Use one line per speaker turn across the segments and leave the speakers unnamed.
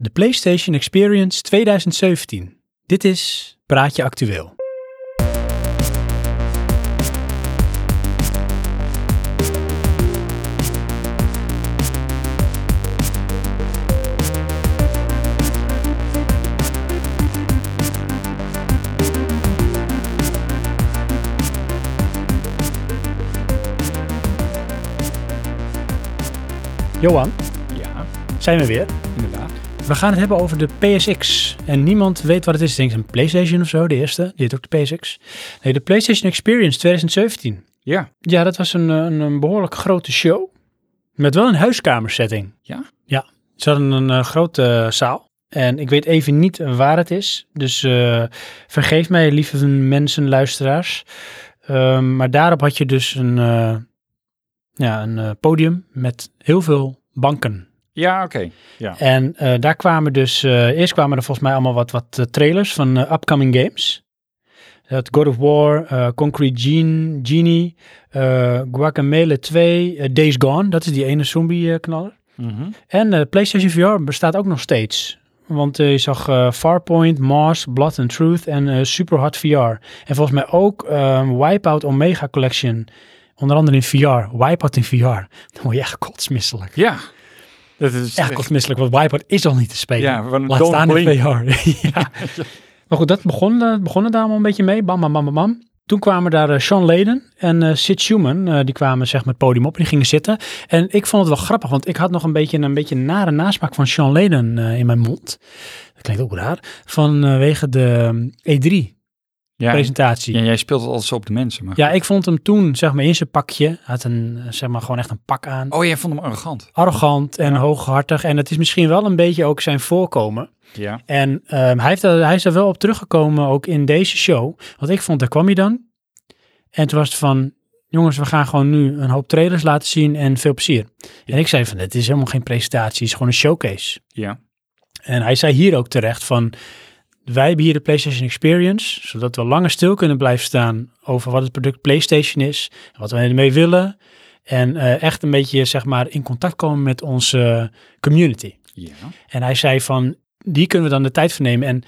De PlayStation Experience 2017. Dit is Praatje Actueel. Johan,
Ja,
zijn we weer.
inderdaad.
We gaan het hebben over de PSX. En niemand weet wat het is. Ik denk een PlayStation of zo, de eerste. Die heet ook de PSX. Nee, de PlayStation Experience 2017.
Ja,
Ja, dat was een, eh, een, een behoorlijk grote show. Met wel een huiskamersetting.
Ja?
Ja. Ze hadden een eh, grote eh, zaal. En ik weet even niet waar het is. Dus eh, vergeef mij, lieve mensen, luisteraars. Ehm, maar daarop had je dus een, eh, ja, een eh, podium met heel veel banken.
ja oké. Ja.
En eh, daar kwamen dus, eh, eerst kwamen er volgens mij allemaal wat, wat eh, trailers van eh, upcoming games. Dat God of War, eh, Concrete Gene, Genie, eh, Guacamele 2, eh, Days Gone, dat is die ene zombie-knaller.
Mhm.
en eh, PlayStation VR bestaat ook nog steeds. Want eh, je zag eh, Farpoint, Mars, Blood and Truth en eh, Superhot VR. En volgens mij ook eh, Wipeout Omega Collection. Onder andere in VR. Wipeout in VR. Dan word je echt kotsmisselijk.
Ja, dat is
Echt kotsmisselijk, want Wipeout is al niet te spelen.
Ja, want
Laat
don't
staan in
blink.
VR. ja. Maar goed, dat begon, eh, begon het daar allemaal een beetje mee. Bam, bam, bam, bam, bam. Toen kwamen daar eh, Sean Leden en eh Sid Schumann. eh, die kwamen zeg maar het podium op en die gingen zitten. En ik vond het wel grappig, want ik had nog een beetje een beetje nare nasmaak van Sean Leden eh, in mijn mond. Dat klinkt ook raar. Vanwege de ehm, E
Ja,
E3-presentatie.
ja, jij speelt het altijd zo op de mensen, maar...
Ja, ik vond hem toen, zeg maar, in zijn pakje. Had een, eh, zeg maar, gewoon echt een pak aan
Oh, jij vond hem arrogant.
arrogant en hooghartig. En dat is misschien wel een beetje ook zijn voorkomen.
Ja.
En ehm, hij, heeft daar, hij is daar wel op teruggekomen, ook in deze show. Want ik vond, daar kwam hij dan. En toen was het van, jongens, we gaan gewoon nu een hoop trailers laten zien en veel plezier. En ik zei van, het is helemaal geen presentatie, het is gewoon een showcase.
Ja.
En hij zei hier ook terecht van, wij hebben hier de PlayStation Experience, zodat we langer stil kunnen blijven staan over wat het product PlayStation is, en wat we ermee willen. En eh, echt een beetje, zeg maar, in contact komen met onze community.
Ja.
En hij zei van, die kunnen we dan de tijd voor nemen. En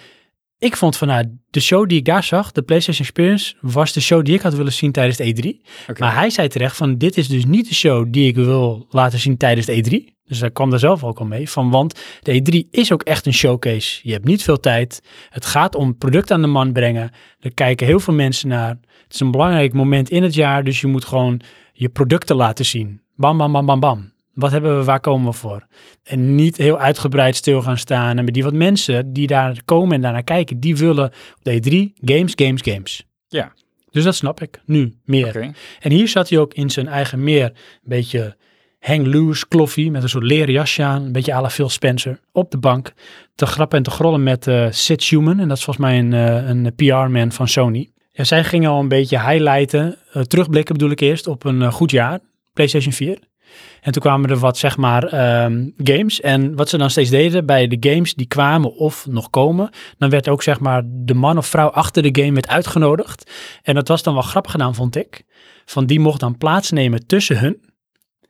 ik vond van, nou, de show die ik daar zag, de PlayStation Experience, was de show die ik had willen zien tijdens de E E3.
Oké.
Maar hij zei terecht van, dit is dus niet de show die ik wil laten zien tijdens de E3. Dus hij kwam daar zelf ook al mee van, want de E3 is ook echt een showcase. Je hebt niet veel tijd. Het gaat om product aan de man brengen. Er kijken heel veel mensen naar. Het is een belangrijk moment in het jaar, dus je moet gewoon je producten laten zien. Bam, bam, bam, bam, bam. Wat hebben we, waar komen we voor? En niet heel uitgebreid stil gaan staan. En met die wat mensen die daar komen en daarnaar kijken, die willen op de E3 games, games, games.
Ja.
Dus dat snap ik nu meer.
Oké.
En hier zat hij ook in zijn eigen meer, een beetje hang loose, kloffie, met een soort leren jasje aan, een beetje à la Phil Spencer, op de bank, te grappen en te grollen met eh Sid Schumann, en dat is volgens mij een, eh, een PR-man van Sony. Ja, zij gingen al een beetje highlighten, eh, terugblikken bedoel ik eerst, op een eh, goed jaar, PlayStation 4. En toen kwamen er wat, zeg maar, ehm, games. En wat ze dan steeds deden bij de games die kwamen of nog komen, dan werd ook, zeg maar, de man of vrouw achter de game werd uitgenodigd. En dat was dan wel grappig gedaan, vond ik van die mocht dan plaatsnemen tussen hun.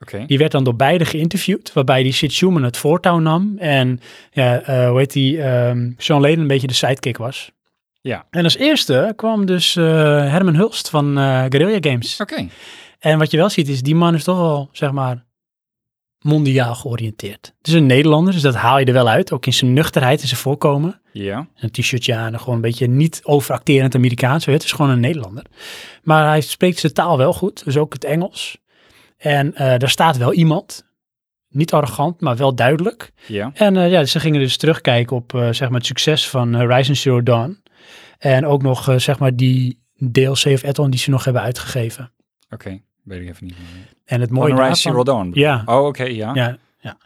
Oké.
Die werd dan door beide geïnterviewd, waarbij die Sid Schumann het voortouw nam en ja, eh, hoe heet die, ehm Sean Leden een beetje de sidekick was.
Ja.
En als eerste kwam dus eh, Herman Hulst van eh Guerrilla Games.
Oké.
En wat je wel ziet is, die man is toch wel, zeg maar, mondiaal georiënteerd. Het is een Nederlander, dus dat haal je er wel uit, ook in zijn nuchterheid en zijn voorkomen
Ja.
een t-shirtje aan en gewoon een beetje niet overacterend Amerikaans. weet je. Het is gewoon een Nederlander. Maar hij spreekt zijn taal wel goed, dus ook het Engels. En eh, daar staat wel iemand. Niet arrogant, maar wel duidelijk.
Ja.
En eh, ja, ze gingen dus terugkijken op eh, zeg maar het succes van Horizon Zero Dawn. En ook nog eh, zeg maar die DLC of add-on die ze nog hebben uitgegeven.
Oké. Weet ik even niet meer.
En het mooie
Van Rise
daarvan-
Zero Dawn.
Ja,
Oh, oké, ja.
ja, ja.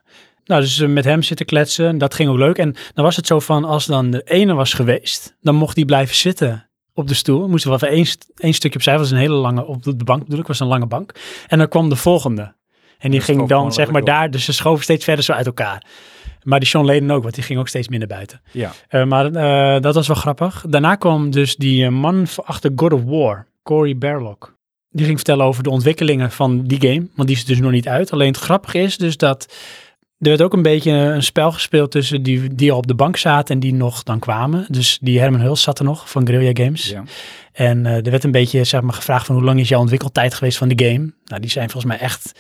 Nou, dus eh, met hem zitten kletsen, dat ging ook leuk. En dan was het zo van, als dan de ene was geweest, dan mocht die blijven zitten op de stoel. Moest er wel even één, st- één stukje opzij, was een hele lange, op de bank bedoel ik, was een lange bank. En dan kwam de volgende. En die
Dat
ging
schoof
dan,
gewoon
zeg maar,
letterlijk
daar, dus ze schoven steeds verder zo uit elkaar. Maar die Sean Leden ook, want die ging ook steeds minder buiten.
Ja.
Eh, maar eh, dat was wel grappig. Daarna kwam dus die eh, man van achter God of War, Cory Barlog. Die ging vertellen over de ontwikkelingen van die game, want die is dus nog niet uit. Alleen het grappige is dus dat er werd ook een beetje een spel gespeeld tussen die, die al op de bank zaten en die nog dan kwamen. Dus die Herman Huls zat er nog van Guerrilla Games.
Ja.
En eh, er werd een beetje zeg maar, gevraagd van hoe lang is jouw ontwikkeltijd geweest van de game? Nou, die zijn volgens mij echt,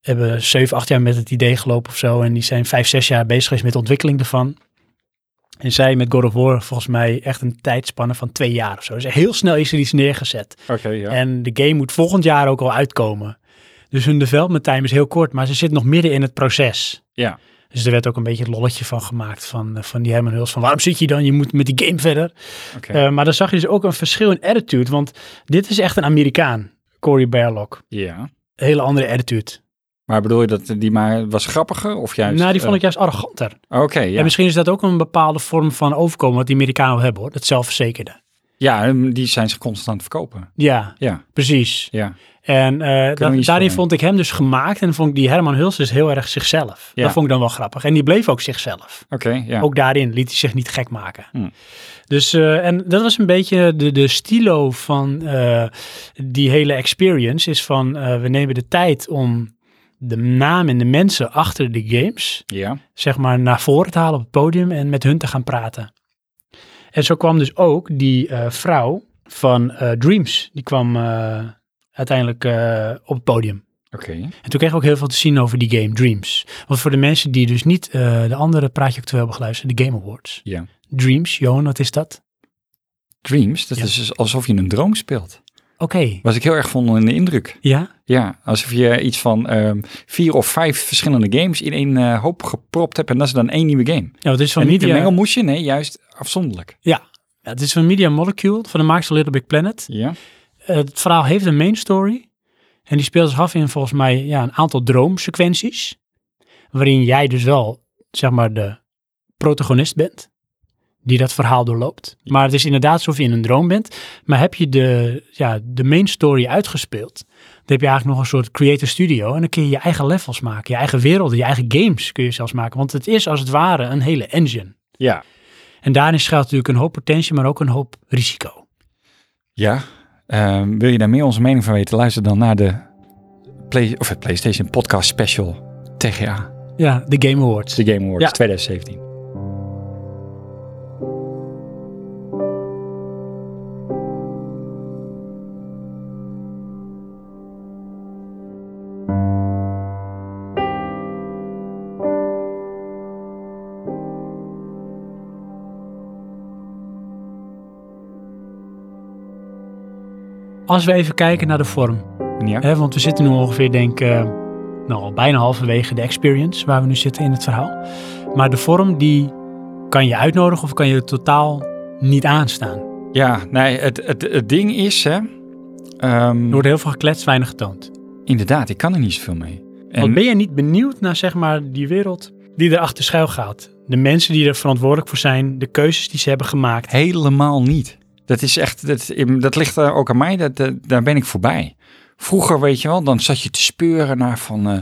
hebben 7, 8 jaar met het idee gelopen of zo. En die zijn 5, 6 jaar bezig geweest met de ontwikkeling ervan. En zij met God of War volgens mij echt een tijdspanne van twee jaar of zo. Dus heel snel is er iets neergezet.
Oké, ja.
En de game moet volgend jaar ook al uitkomen. Dus hun development time is heel kort, maar ze zit nog midden in het proces.
Ja.
Dus er werd ook een beetje het lolletje van gemaakt van, eh, van die Herman Huls. Van waarom zit je dan? Je moet met die game verder.
Oké.
Eh, maar dan zag je dus ook een verschil in attitude. Want dit is echt een Amerikaan, Cory Barlock.
ja.
Hele andere attitude.
Maar bedoel je dat die maar was grappiger of juist? eh, Oh,
nou, die vond ik juist arroganter.
Oké, ja.
En misschien is dat ook een bepaalde vorm van overkomen wat die Amerikanen wel hebben hoor. Dat zelfverzekerde.
Ja, hem- die zijn ze constant aan het verkopen.
Ja,
Ja,
precies.
ja.
En eh, dat-
we iets
daarin
van
vond ik hem dus gemaakt en vond ik die Herman Huls dus heel erg zichzelf.
Ja.
Dat vond ik dan wel grappig. En die bleef ook zichzelf.
Oké, ja.
Ook daarin liet hij zich niet gek maken.
Hmm.
Dus, eh, en dat was een beetje de, de stilo van eh, die hele experience. Is van, eh, we nemen de tijd om de naam en de mensen achter de games,
Ja,
zeg maar, naar voren te halen op het podium en met hun te gaan praten. En zo kwam dus ook die eh, vrouw van eh, Dreams. Die kwam eh, uiteindelijk eh, op het podium.
oké.
En toen kreeg ik ook heel veel te zien over die game Dreams. Want voor de mensen die dus niet eh, de andere praatje actueel hebben geluisterd, de Game Awards.
Ja.
Dreams, Johan, wat is dat?
Dreams, dat
Ja.
is dus alsof je een droom speelt.
Oké.
Was ik heel erg van in de indruk.
Ja?
Ja, alsof je iets van ehm, vier of vijf verschillende games in één eh, hoop gepropt hebt en dat is dan één nieuwe game.
Ja, het is van eh,
En niet een
Media,
mengelmoesje, nee, juist afzonderlijk.
ja, het is van Media Molecule, van de maakster van Little Big Planet.
Ja,
Eh, het verhaal heeft een main story. En die speelt zich af in volgens mij ja, een aantal droomsequenties. Waarin jij dus wel, zeg maar, de protagonist bent. Die dat verhaal doorloopt. Maar het is inderdaad alsof je in een droom bent. Maar heb je de, ja, de main story uitgespeeld. Dan heb je eigenlijk nog een soort creator studio. En dan kun je je eigen levels maken. Je eigen werelden, je eigen games kun je zelfs maken. Want het is als het ware een hele engine.
ja.
En daarin schuilt natuurlijk een hoop potentie, maar ook een hoop risico.
Ja. Ehm, wil je daar meer onze mening van weten? Luister dan naar de, Play, of het PlayStation Podcast Special TGA,
Ja, de Game Awards.
de Game Awards
Ja.
2017.
Als we even kijken naar de vorm.
Ja.
Hè, want we zitten nu ongeveer, denk ik, eh, nou, al bijna halverwege de experience waar we nu zitten in het verhaal. Maar de vorm, die kan je uitnodigen of kan je totaal niet aanstaan. Er
Ja, nee, het, het, het ding is, hè, ehm,
wordt heel veel gekletst, weinig getoond.
inderdaad, ik kan er niet zoveel mee.
Want
En,
ben je niet benieuwd naar, zeg maar, die wereld die erachter schuil gaat? De mensen die er verantwoordelijk voor zijn, de keuzes die ze hebben gemaakt.
helemaal niet. Dat is echt, dat, dat ligt eh, ook aan mij, dat, dat- daar ben ik voorbij. Vroeger, weet je wel, dan zat je te speuren naar van, eh,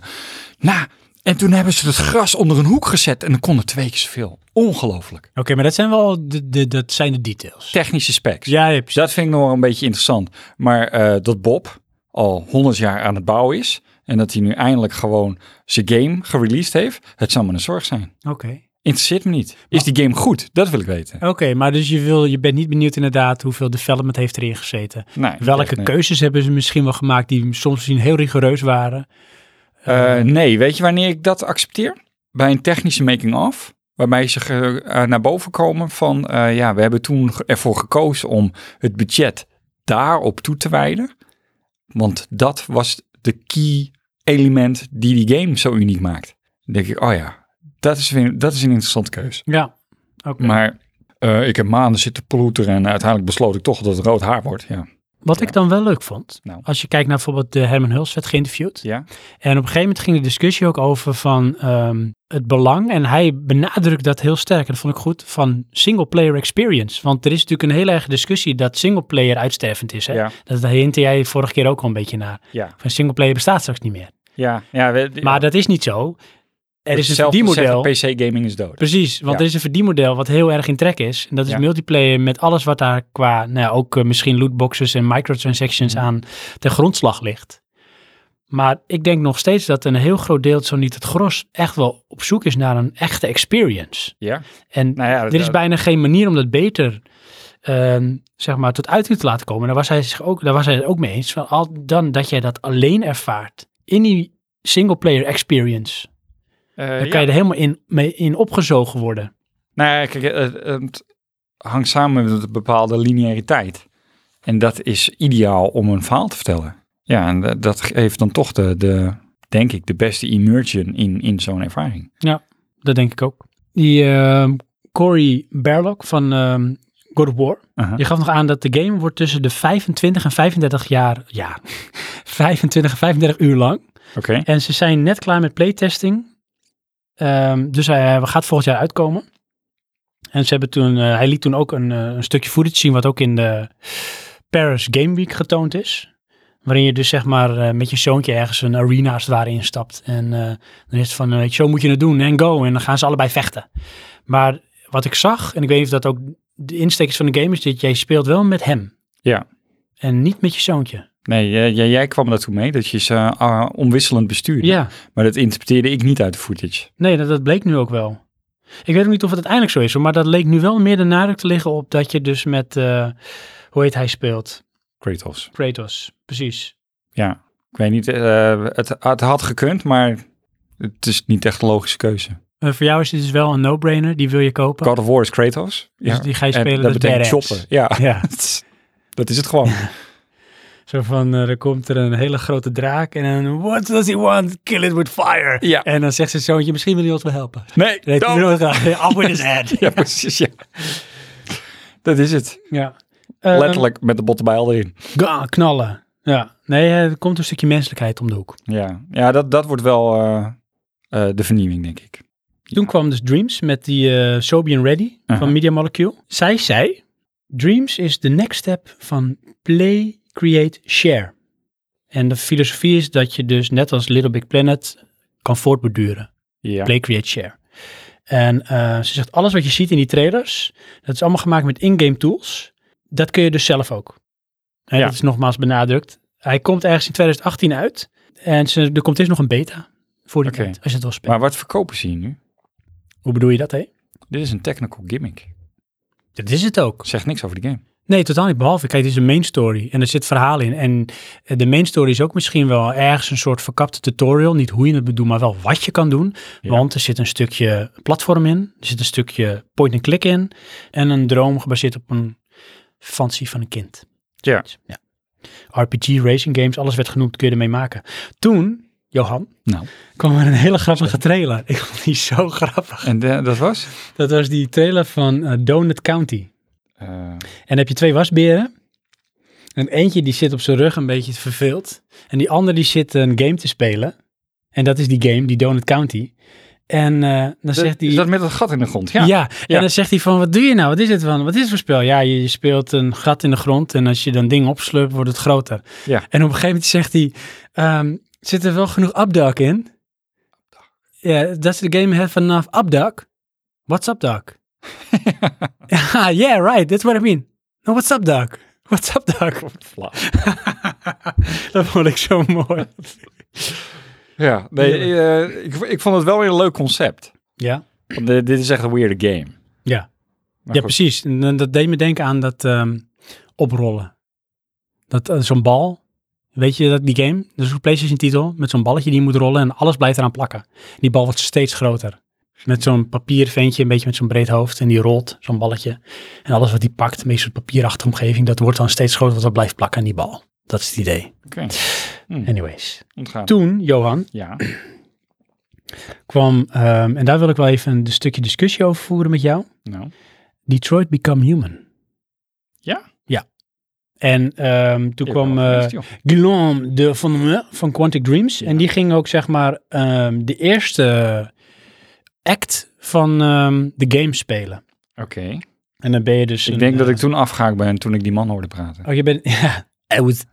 nou, en toen hebben ze het gras onder een hoek gezet en dan kon er twee keer zoveel. Ongelooflijk.
Oké, maar dat zijn wel de, de, dat zijn de details.
Technische specs.
Ja, je hebt-
Dus dat vind ik nog wel een beetje interessant. Maar eh, dat Bob al 100 jaar aan het bouwen is en dat hij nu eindelijk gewoon zijn game gereleased heeft, het zou me een zorg zijn.
Oké.
Interesseert me niet. Is die game goed? Dat wil ik weten.
Oké, maar dus je, wil, je bent niet benieuwd inderdaad hoeveel development heeft erin gezeten.
Nee,
Welke
echt niet.
keuzes hebben ze misschien wel gemaakt die soms misschien heel rigoureus waren?
Eh, nee, weet je wanneer ik dat accepteer? Bij een technische making-of, waarbij ze ge- eh, naar boven komen van... eh, ja, we hebben toen ge- ervoor gekozen om het budget daarop toe te wijden. Want dat was de key element die die game zo uniek maakt. Dan denk ik, oh ja, dat is, weer- dat is een interessante keuze.
Ja, oké.
Maar eh, ik heb maanden zitten ploeteren en uiteindelijk besloot ik toch dat het rood haar wordt. Ja,
Wat ik dan wel leuk vond,
Nou.
als je kijkt naar bijvoorbeeld de Herman Huls werd geïnterviewd.
ja?
En op een gegeven moment ging de discussie ook over van ehm, het belang. En hij benadrukt dat heel sterk, en dat vond ik goed, van single player experience. Want er is natuurlijk een hele erge discussie dat single player uitstervend is. Hè?
ja,
Dat daar hintte jij vorige keer ook al een beetje naar.
ja,
Van single player bestaat straks niet meer.
ja. ja we-
Maar dat is niet zo. Er is dus een
Hetzelfde
verdienmodel.
zeggen, PC-gaming is dood.
Precies, want
Ja.
er is een verdienmodel wat heel erg in trek is. En dat is
Ja.
multiplayer met alles wat daar
Mm.
qua, nou ja, ook eh, misschien lootboxes en microtransactions aan ten grondslag ligt. Maar ik denk nog steeds dat een heel groot deel, zo niet het gros, echt wel op zoek is naar een echte experience.
Ja.
En
Nou ja,
er is
dat-
bijna geen manier om dat beter ehm, zeg maar, tot uiting te laten komen. En daar was hij, zich ook, daar was hij het ook mee eens. Van al, dan dat jij dat alleen ervaart in die single player experience.
eh,
Dan
ja.
kan je er helemaal in, mee, in opgezogen worden.
Nou ja, kijk, eh, eh, het hangt samen met een bepaalde lineariteit. En dat is ideaal om een verhaal te vertellen. Ja, en dat- dat geeft dan toch de, de denk ik, de beste immersion in, in zo'n ervaring.
Dat denk ik ook. Die ehm Cory Barlock van ehm, God of War.
Aha.
Je gaf nog aan dat de game wordt tussen de 25 en 35 jaar. Ja, 25 en 35 uur lang.
Oké.
En ze zijn net klaar met playtesting. Ehm, dus hij eh, gaat volgend jaar uitkomen. En ze hebben toen, eh, hij liet toen ook een, eh, een stukje footage zien wat ook in de Paris Game Week getoond is. Waarin je dus zeg maar eh, met je zoontje ergens een arena als het ware instapt. En eh, dan is het van, eh, weet je, zo moet je het doen en go. En dan gaan ze allebei vechten. Maar wat ik zag, en ik weet niet of dat ook de insteek is van de game, is dat jij speelt wel met hem.
Ja.
En niet met je zoontje.
Nee, jij, jij- jij kwam daartoe mee dat je ze ah, onwisselend bestuurde.
Ja.
Maar dat interpreteerde ik niet uit de footage.
Nee, dat, dat bleek nu ook wel. Ik weet ook niet of het uiteindelijk zo is, hoor, maar dat leek nu wel meer de nadruk te liggen op dat je dus met, eh, hoe heet hij speelt?
Kratos.
Kratos, precies.
Ja, ik weet niet, eh, het, het had gekund, maar het is niet echt een logische keuze.
Eh, voor jou is dit dus wel een no-brainer, die wil je kopen.
God of War is Kratos.
Dus die ga je
En
spelen,
dat
dat is
betekent
badass.
shoppen. Ja,
Ja,
dat is het gewoon.
zo van, eh, er komt er een hele grote draak en een, what does he want? Kill it with fire.
Ja.
En dan zegt zijn zoontje, misschien wil hij ons wel helpen.
Nee,
Nee,
dan-
no. up with his head.
Ja, precies, ja. Dat is het.
ja. Eh,
Letterlijk met de bottenbijl erin.
ga- knallen. Ja, nee, eh, er komt een stukje menselijkheid om de hoek.
Ja, ja dat, dat wordt wel eh, eh, de vernieuwing, denk ik.
Toen kwam dus Dreams met die eh, Sobian Ready
Aha.
van Media Molecule. Zij zei, Dreams is de next step van play, create, share. En de filosofie is dat je dus net als Little Big Planet kan voortborduren.
Ja.
Play, create, share. En eh, ze zegt, alles wat je ziet in die trailers, dat is allemaal gemaakt met in-game tools. Dat kun je dus zelf ook. En
Ja.
dat is nogmaals benadrukt. Hij komt ergens in 2018 uit. En ze, er komt eerst nog een beta voor die
Oké.
tijd, als je het wil spelen.
Maar wat verkopen ze hier nu?
Hoe bedoel je dat, hè?
Dit is een technical gimmick.
Dat is het ook.
Zegt niks over de game.
Nee, totaal niet. Behalve, kijk, dit is een main story en er zit verhaal in. En eh, de main story is ook misschien wel ergens een soort verkapte tutorial. Niet hoe je het moet doen, maar wel wat je kan doen.
Ja.
Want er zit een stukje platform in, er zit een stukje point-and-click in. En een droom gebaseerd op een fantasie van een kind.
Ja.
ja. RPG, racing games, alles werd genoemd, kun je ermee maken. Toen, Johan,
Nou.
kwam er een hele grappige trailer. Ik vond die zo grappig.
En eh, dat was?
Dat was die trailer van eh, Donut County.
Eh,
En dan heb je twee wasberen. En eentje die zit op zijn rug een beetje verveeld. En die andere die zit een game te spelen. En dat is die game, die Donut County. En eh, dan zegt
dat,
hij...
is dat met dat gat in de grond?
ja.
Ja. ja.
en dan zegt hij van, wat doe je nou? Wat is dit van? Wat is het voor spel? Ja, je, je speelt een gat in de grond en als je dan ding opsleurt, wordt het groter.
Ja.
En op een gegeven moment zegt hij, ehm, zit er wel genoeg upduck in? Ja, does the game have enough upduck? What's upduck? Ah, yeah, right. That's what I mean. No, what's up, Doc? What's up, Doc?
Flauw.
dat vond ik zo mooi.
ja, nee, eh, ik, ik vond het wel weer een leuk concept.
Ja,
Want eh, dit is echt een weird game.
Ja.
Maar
ja
goed.
precies. En, eh, dat deed me denken aan dat ehm, oprollen. Dat eh, zo'n bal, weet je dat die game? Dat is een PlayStation titel met zo'n balletje die je moet rollen en alles blijft eraan plakken. Die bal wordt steeds groter. Met zo'n papier ventje, een beetje met zo'n breed hoofd en die rolt, zo'n balletje. En alles wat die pakt, een beetje zo'n papierachtige omgeving, dat wordt dan steeds groter, want dat blijft plakken aan die bal. Dat is het idee.
Oké,
Anyways.
ontgaan.
Toen, Johan,
Ja,
kwam, ehm, en daar wil ik wel even een stukje discussie over voeren met jou.
nou.
Detroit Become Human.
Ja?
Ja. En ehm, toen
Ik
kwam
ben wel
eh
verliefd, joh.
Guillaume de Van, van Quantic Dreams. En die ging ook, zeg maar, ehm, de eerste act van ehm, de game spelen.
Oké.
En dan ben je dus...
Ik
een,
denk dat
eh,
ik toen afgehaakt ben toen ik die man hoorde praten.
Oh, je bent... Ja. I was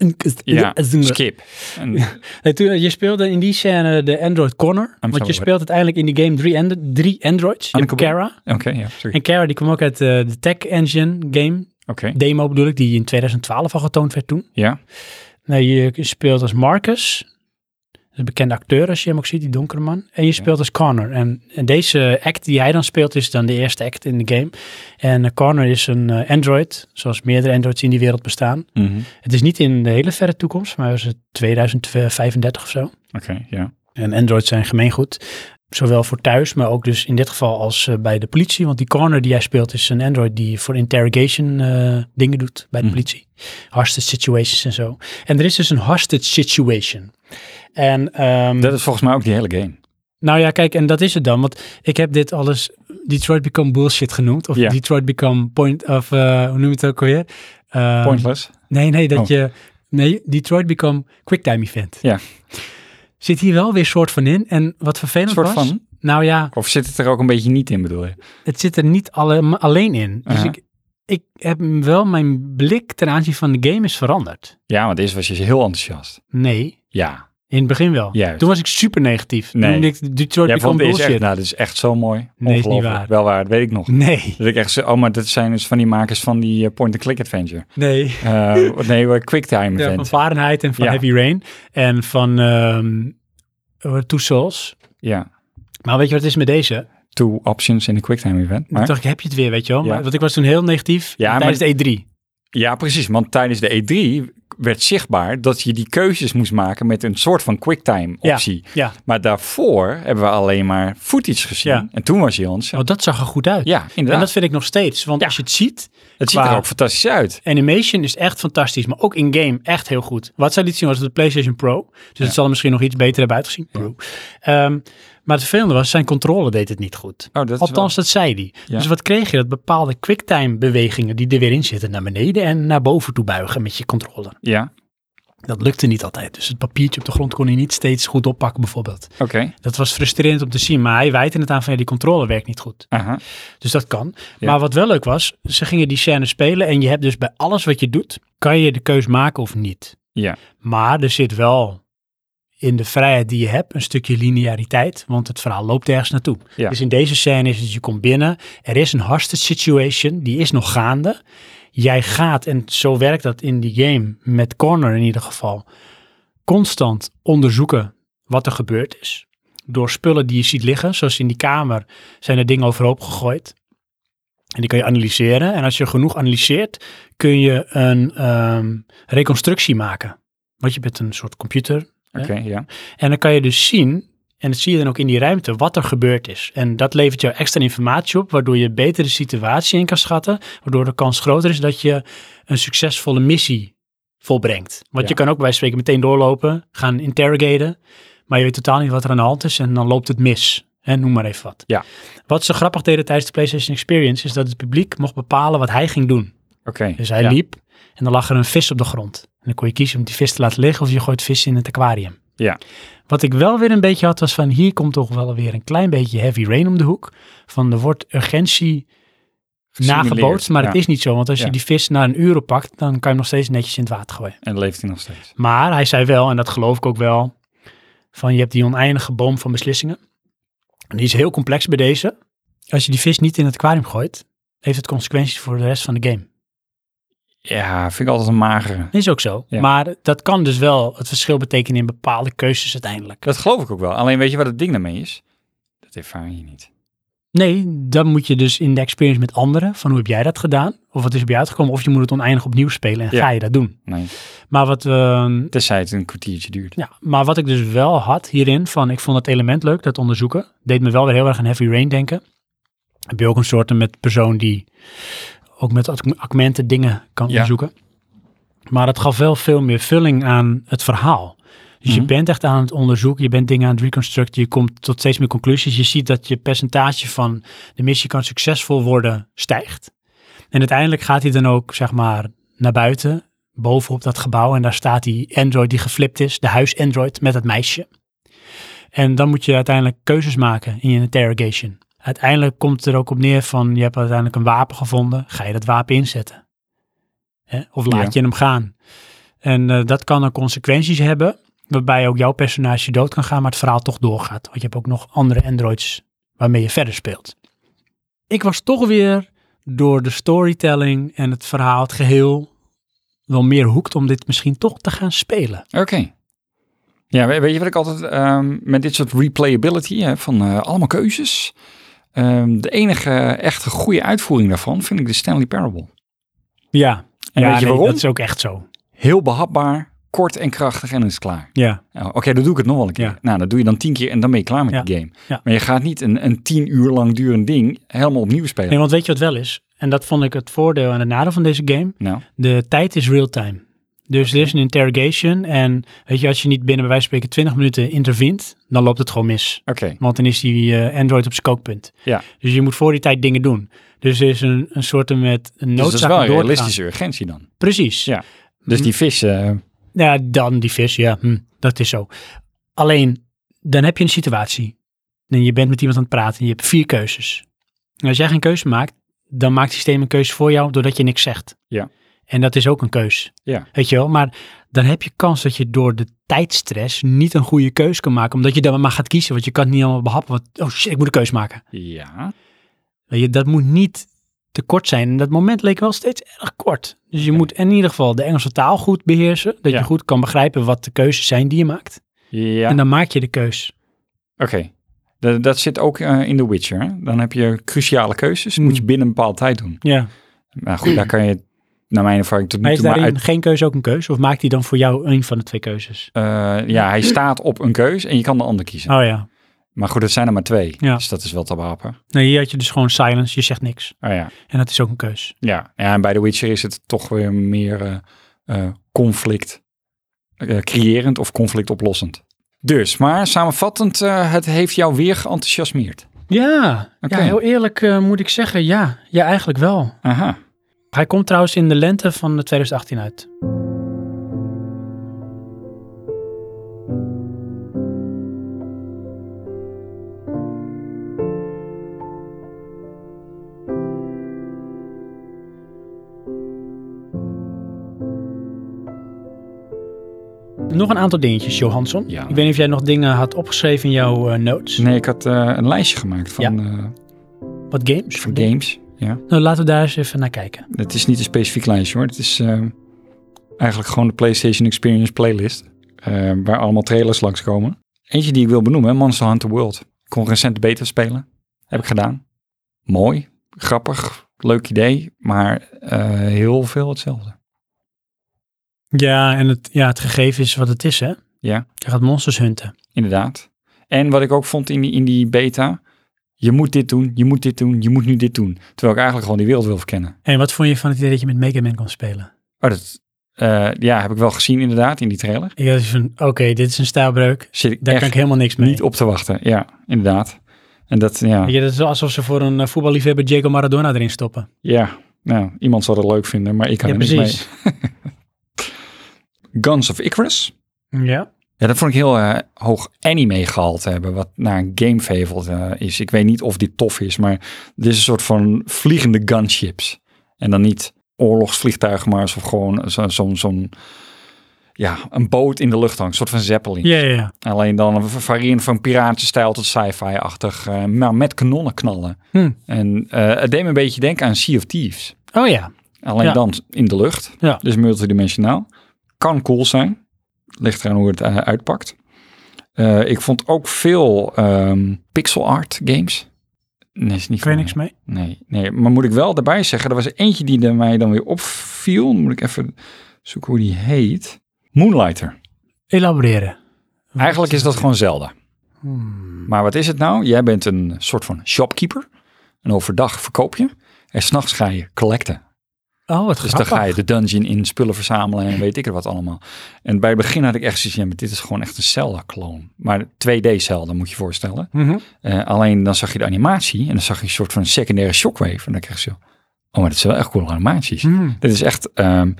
Ja, skip. En,
Nee, toen, je speelde in die scène de Android Corner. want je
sorry.
speelt uiteindelijk in die game drie, and- drie Androids. Je hebt
Anneke Boer.
Kara.
Oké, ja, sorry.
En Kara die kwam ook uit eh, de Tech Engine game,
Oké,
demo bedoel ik, die in 2012 al getoond werd toen.
ja.
Nee, je speelt als Marcus. Een bekende acteur als je hem ook ziet, die donkere man. En je speelt als Connor. En, en deze act die hij dan speelt is dan de eerste act in de game. En eh, Connor is een eh, android, zoals meerdere androids in die wereld bestaan.
Mhm.
Het is niet in de hele verre toekomst, maar is het 2035 of zo.
Oké, ja.
En Android zijn gemeengoed. Zowel voor thuis, maar ook dus in dit geval als eh, bij de politie. Want die corner die jij speelt is een Android die voor interrogation eh, dingen doet bij de
Mhm.
politie. Hostage situations en zo. En er is dus een hostage situation. En, ehm,
Dat is volgens mij ook die hele game.
nou ja, kijk, en dat is het dan. Want ik heb dit alles Detroit Become Bullshit genoemd. Of
Ja.
Detroit Become Point of, eh, hoe noem je het ook alweer? Ehm,
Pointless.
Nee, nee, dat
Oh.
je... Nee, Detroit Become Quicktime Event.
Ja.
Zit hier wel weer soort van in. En wat
Een
vervelend
soort
was...
van.
Nou ja,
Of zit het er ook een beetje niet in, bedoel je?
het zit er niet alle, alleen in. Dus
Aha.
ik, ik heb wel... Mijn blik ten aanzien van de game is veranderd.
Ja, want eerst was je heel enthousiast.
Nee,
Ja.
in het begin wel.
Juist.
Toen was ik super negatief.
Nee.
Toen dacht ik Detroit
Jij
Become
vond deze
Bullshit.
echt, nou, dit is echt zo mooi.
Nee, is niet
Ongelooflijk.
waar.
Wel waar, dat weet ik nog.
Nee,
Dat ik echt zo, oh, maar dat zijn dus van die makers van die eh, point-and-click adventure.
nee.
Eh, wat- nee, wat quicktime
Ja, van
event.
Fahrenheit en van
Ja.
Heavy Rain. En van ehm eh, Two Souls.
Ja,
Maar weet je wat het is met deze?
two options in een quicktime event.
Toen
Maar,
dacht ik, heb je het weer, weet je wel.
Ja.
Maar, want ik was toen heel negatief
Ja,
tijdens
maar-
de E E3.
ja, precies. Want tijdens de E3 werd zichtbaar dat je die keuzes moest maken met een soort van quicktime
Ja.
optie.
Ja,
Maar daarvoor hebben we alleen maar footage gezien.
Ja.
En toen was je ons.
want Oh, dat zag er goed uit.
Ja,
En
inderdaad.
dat vind ik nog steeds. Want
Ja.
als je het ziet,
het ziet
qua-
er ook fantastisch uit.
animation is echt fantastisch. Maar ook in-game echt heel goed. Wat zij liet zien was de PlayStation Pro. Dus het zal er misschien nog iets beter hebben uitgezien. Pro. Ehm, maar het vervelende was, zijn controle deed het niet goed.
Oh, dat is
Althans, dat zei hij.
Ja.
Dus wat kreeg je? Dat bepaalde quicktime bewegingen die er weer in zitten, naar beneden en naar boven toe buigen met je controller.
wel- Ja,
Dat lukte niet altijd. Dus het papiertje op de grond kon hij niet steeds goed oppakken bijvoorbeeld.
oké.
Dat was frustrerend om te zien, maar hij wijte het aan van ja, die controle werkt niet goed.
Aha.
Dus dat kan.
Ja.
Maar wat wel leuk was, ze gingen die scène spelen en je hebt dus bij alles wat je doet, kan je de keus maken of niet.
Ja.
Maar er zit wel in de vrijheid die je hebt een stukje lineariteit, want het verhaal loopt ergens naartoe.
Ja.
Dus in deze scène is het, je komt binnen, er is een hostage situation, die is nog gaande. Jij gaat, en zo werkt dat in die game, met Corner in ieder geval, constant onderzoeken wat er gebeurd is. Door spullen die je ziet liggen, zoals in die kamer, zijn er dingen overhoop gegooid. En die kan je analyseren. En als je genoeg analyseert, kun je een ehm, reconstructie maken. Want je bent een soort computer.
Oké, ja.
En dan kan je dus zien, en dat zie je dan ook in die ruimte, wat er gebeurd is. En dat levert jou extra informatie op, waardoor je beter de situatie in kan schatten. Waardoor de kans groter is dat je een succesvolle missie volbrengt. Want
Ja.
je kan ook bij wijze van spreken meteen doorlopen, gaan interrogaten. Maar je weet totaal niet wat er aan de hand is en dan loopt het mis. En noem maar even wat.
Ja.
Wat ze grappig deden tijdens de PlayStation Experience is dat het publiek mocht bepalen wat hij ging doen.
Oké.
Dus hij
ja.
liep en dan lag er een vis op de grond. En dan kon je kiezen om die vis te laten liggen of je gooit vis in het aquarium.
Ja.
Wat ik wel weer een beetje had was van hier komt toch wel weer een klein beetje heavy rain om de hoek. Van er wordt urgentie
Gesimuleerd,
nagebootst, maar het
ja.
is niet zo. Want als
Ja.
je die vis na een uur oppakt, dan kan je hem nog steeds netjes in het water gooien.
En leeft hij nog steeds.
Maar hij zei wel, en dat geloof ik ook wel, van je hebt die oneindige boom van beslissingen. En die is heel complex bij deze. Als je die vis niet in het aquarium gooit, heeft het consequenties voor de rest van de game.
Ja, vind ik altijd een magere.
Is ook zo.
Ja.
Maar dat kan dus wel het verschil betekenen in bepaalde keuzes uiteindelijk.
Dat geloof ik ook wel. Alleen weet je wat het ding daarmee is? Dat ervaar je niet.
Nee, dan moet je dus in de experience met anderen, van hoe heb jij dat gedaan? Of wat is er bij jou uitgekomen? Of je moet het oneindig opnieuw spelen en
Ja.
ga je dat doen?
Nee.
Maar wat, ehm,
Tenzij het een kwartiertje duurt.
ja, maar wat ik dus wel had hierin, van ik vond dat element leuk, dat onderzoeken, deed me wel weer heel erg aan Heavy Rain denken. Heb je ook een soort eh, met persoon die ook met aug- augmenten dingen kan
Ja.
onderzoeken. Maar het gaf wel veel meer vulling aan het verhaal. Dus
Mhm.
je bent echt aan het onderzoeken, je bent dingen aan het reconstructen, je komt tot steeds meer conclusies. Je ziet dat je percentage van de missie kan succesvol worden stijgt. En uiteindelijk gaat hij dan ook, zeg maar, naar buiten, bovenop dat gebouw. En daar staat die android die geflipt is, de huis-android met het meisje. En dan moet je uiteindelijk keuzes maken in je interrogation. Uiteindelijk komt het er ook op neer van, je hebt uiteindelijk een wapen gevonden. Ga je dat wapen inzetten? Hè? Of laat je
Ja.
hem gaan? En eh, dat kan dan consequenties hebben, waarbij ook jouw personage dood kan gaan, maar het verhaal toch doorgaat. Want je hebt ook nog andere androids waarmee je verder speelt. Ik was toch weer door de storytelling en het verhaal, het geheel, wel meer hoekt om dit misschien toch te gaan spelen.
Oké. Ja, we- weet je wat ik altijd ehm, met dit soort replayability, hè, van eh, allemaal keuzes. Ehm, de enige echte goede uitvoering daarvan vind ik de Stanley Parable.
Ja,
En
ja
weet je
nee,
waarom?
dat is ook echt zo.
Heel behapbaar, kort en krachtig en is het klaar.
Ja,
Ja, Oké, dan doe ik het nog wel een keer.
Ja.
Nou, dat doe je dan tien keer en dan ben je klaar met
Ja.
die game.
Ja.
Maar je gaat niet een, een tien uur lang durend ding helemaal opnieuw spelen.
nee, want weet je wat wel is? En dat vond ik het voordeel en het nadeel van deze game.
Nou,
De tijd is real-time. Dus er is een interrogation en weet je, als je niet binnen bij wijze van spreken 20 minuten intervient, dan loopt het gewoon mis.
oké. Dus
Want dan is die eh, Android op zijn kookpunt.
Ja.
Dus je moet voor die tijd dingen doen. Dus er is een, een soort van met een
Dus dat is
noodzaak
wel
om
een
door te Mhm.
realistische urgentie dan.
gaan. Precies.
Ja. Dus die vis, eh,
Ja, dan die vis, ja, hm, dat is zo. Alleen, dan heb je een situatie. En je bent met iemand aan het praten en je hebt vier keuzes. En als jij geen keuze maakt, dan maakt het systeem een keuze voor jou doordat je niks zegt.
Ja.
En dat is ook een keus.
Ja.
Weet je wel, maar dan heb je kans dat je door de tijdstress niet een goede keus kan maken. Omdat je dan maar gaat kiezen, want je kan het niet allemaal behappen. Want, oh shit, ik moet een keus maken.
ja,
Weet je, dat moet niet te kort zijn. En dat moment leek wel steeds erg kort. Dus je
Nee.
moet in ieder geval de Engelse taal goed beheersen. Dat
Ja.
je goed kan begrijpen wat de keuzes zijn die je maakt.
ja,
En
oké.
dan maak je de keus.
Dat, dat zit ook eh, in The Witcher. hè. Dan heb je cruciale keuzes, moet je
Mm.
binnen een bepaalde tijd doen.
Ja.
Maar goed, daar kan je, naar mijn ervaring tot
Maar
nu
is
toe, maar
daarin
uit,
geen keuze ook een keuze? Of maakt hij dan voor jou een van de twee keuzes?
eh, ja, hij staat op een keus en je kan de ander kiezen.
Oh ja.
Maar goed, dat zijn er maar twee,
Ja.
dus dat is wel te behappen.
Nee, hier had je dus gewoon silence. Je zegt niks.
Oh ja,
En dat is ook een keus.
ja. ja en bij The Witcher is het toch weer meer eh, eh, conflict eh, creërend of conflict oplossend. Dus, maar samenvattend, eh, het heeft jou weer geenthousiasmeerd.
Ja.
Oké.
heel eerlijk eh, moet ik zeggen, ja. Ja, eigenlijk wel.
Aha.
Hij komt trouwens in de lente van de 2018 uit. Nog een aantal dingetjes, Johansson.
Ja.
Ik weet niet of jij nog dingen had opgeschreven in jouw eh, notes.
Nee, ik had eh, een lijstje gemaakt van, eh,
Wat games?
van games. Ja.
Nou, laten we daar eens even naar kijken.
Het is niet een specifiek lijstje hoor. Het is eh, eigenlijk gewoon de PlayStation Experience playlist. eh, waar allemaal trailers langskomen. Eentje die ik wil benoemen, Monster Hunter World. Ik kon recent de beta spelen. Heb ik gedaan. Mooi, grappig, leuk idee. Maar eh, heel veel hetzelfde.
Ja, en het, ja, het gegeven is wat het is, hè?
Ja.
Je gaat monsters hunten.
Inderdaad. En wat ik ook vond in die, in die beta. Je moet dit doen, je moet dit doen, je moet nu dit doen. Terwijl ik eigenlijk gewoon die wereld wil verkennen.
En wat vond je van het idee dat je met Mega Man kon spelen?
Oh, dat eh, ja, heb ik wel gezien inderdaad in die trailer.
Ik dacht van, oké, dit is een stijlbreuk.
Zit ik
Daar
echt
kan ik helemaal niks mee.
niet op te wachten. Ja, inderdaad. En dat, ja,
Weet je, dat is wel alsof ze voor een eh, voetballiefhebber Diego Maradona erin stoppen.
ja. Nou, iemand zal het leuk vinden, maar ik kan
ja,
er niet mee.
precies.
Guns of Icarus.
Ja.
Ja, dat vond ik heel eh, hoog anime gehaald hebben, wat naar een game favorite eh, is. Ik weet niet of dit tof is, maar dit is een soort van vliegende gunships. En dan niet oorlogsvliegtuigen, maar alsof gewoon zo- zo'n, zo'n, ja, een boot in de lucht hangt. Een soort van zeppelin.
Ja, ja, ja.
Alleen dan een variërend van piratenstijl tot sci-fi-achtig, eh, maar met kanonnen knallen.
Hm.
En eh, het deed me een beetje denken aan Sea of Thieves.
Oh ja.
Alleen
Ja.
dan in de lucht,
Ja.
dus multidimensionaal. Kan cool zijn, ligt eraan hoe het eh, uitpakt. Eh, ik vond ook veel ehm, pixel art games. Nee, is niet
Ik weet
van
niks mee.
mij. Nee, nee, maar moet ik wel daarbij zeggen, er was er eentje die er mij dan weer opviel. Moet ik even zoeken hoe die heet. Moonlighter.
Elaboreren.
Eigenlijk is dat gewoon Zelda.
Hmm.
Maar wat is het nou? Jij bent een soort van shopkeeper. En overdag verkoop je. En s'nachts ga je collecten.
Oh, wat
Dus
grappig.
dan ga je de dungeon in, spullen verzamelen en weet ik er wat allemaal. En bij het begin had ik echt zoiets, ja, maar dit is gewoon echt een Zelda-kloon. Maar 2D-Zelda moet je je voorstellen.
Mhm.
Eh, alleen dan zag je de animatie en dan zag je een soort van secundaire shockwave. En dan kreeg je zo, oh, maar dat zijn wel echt coole animaties.
Hmm.
Dit is echt ehm,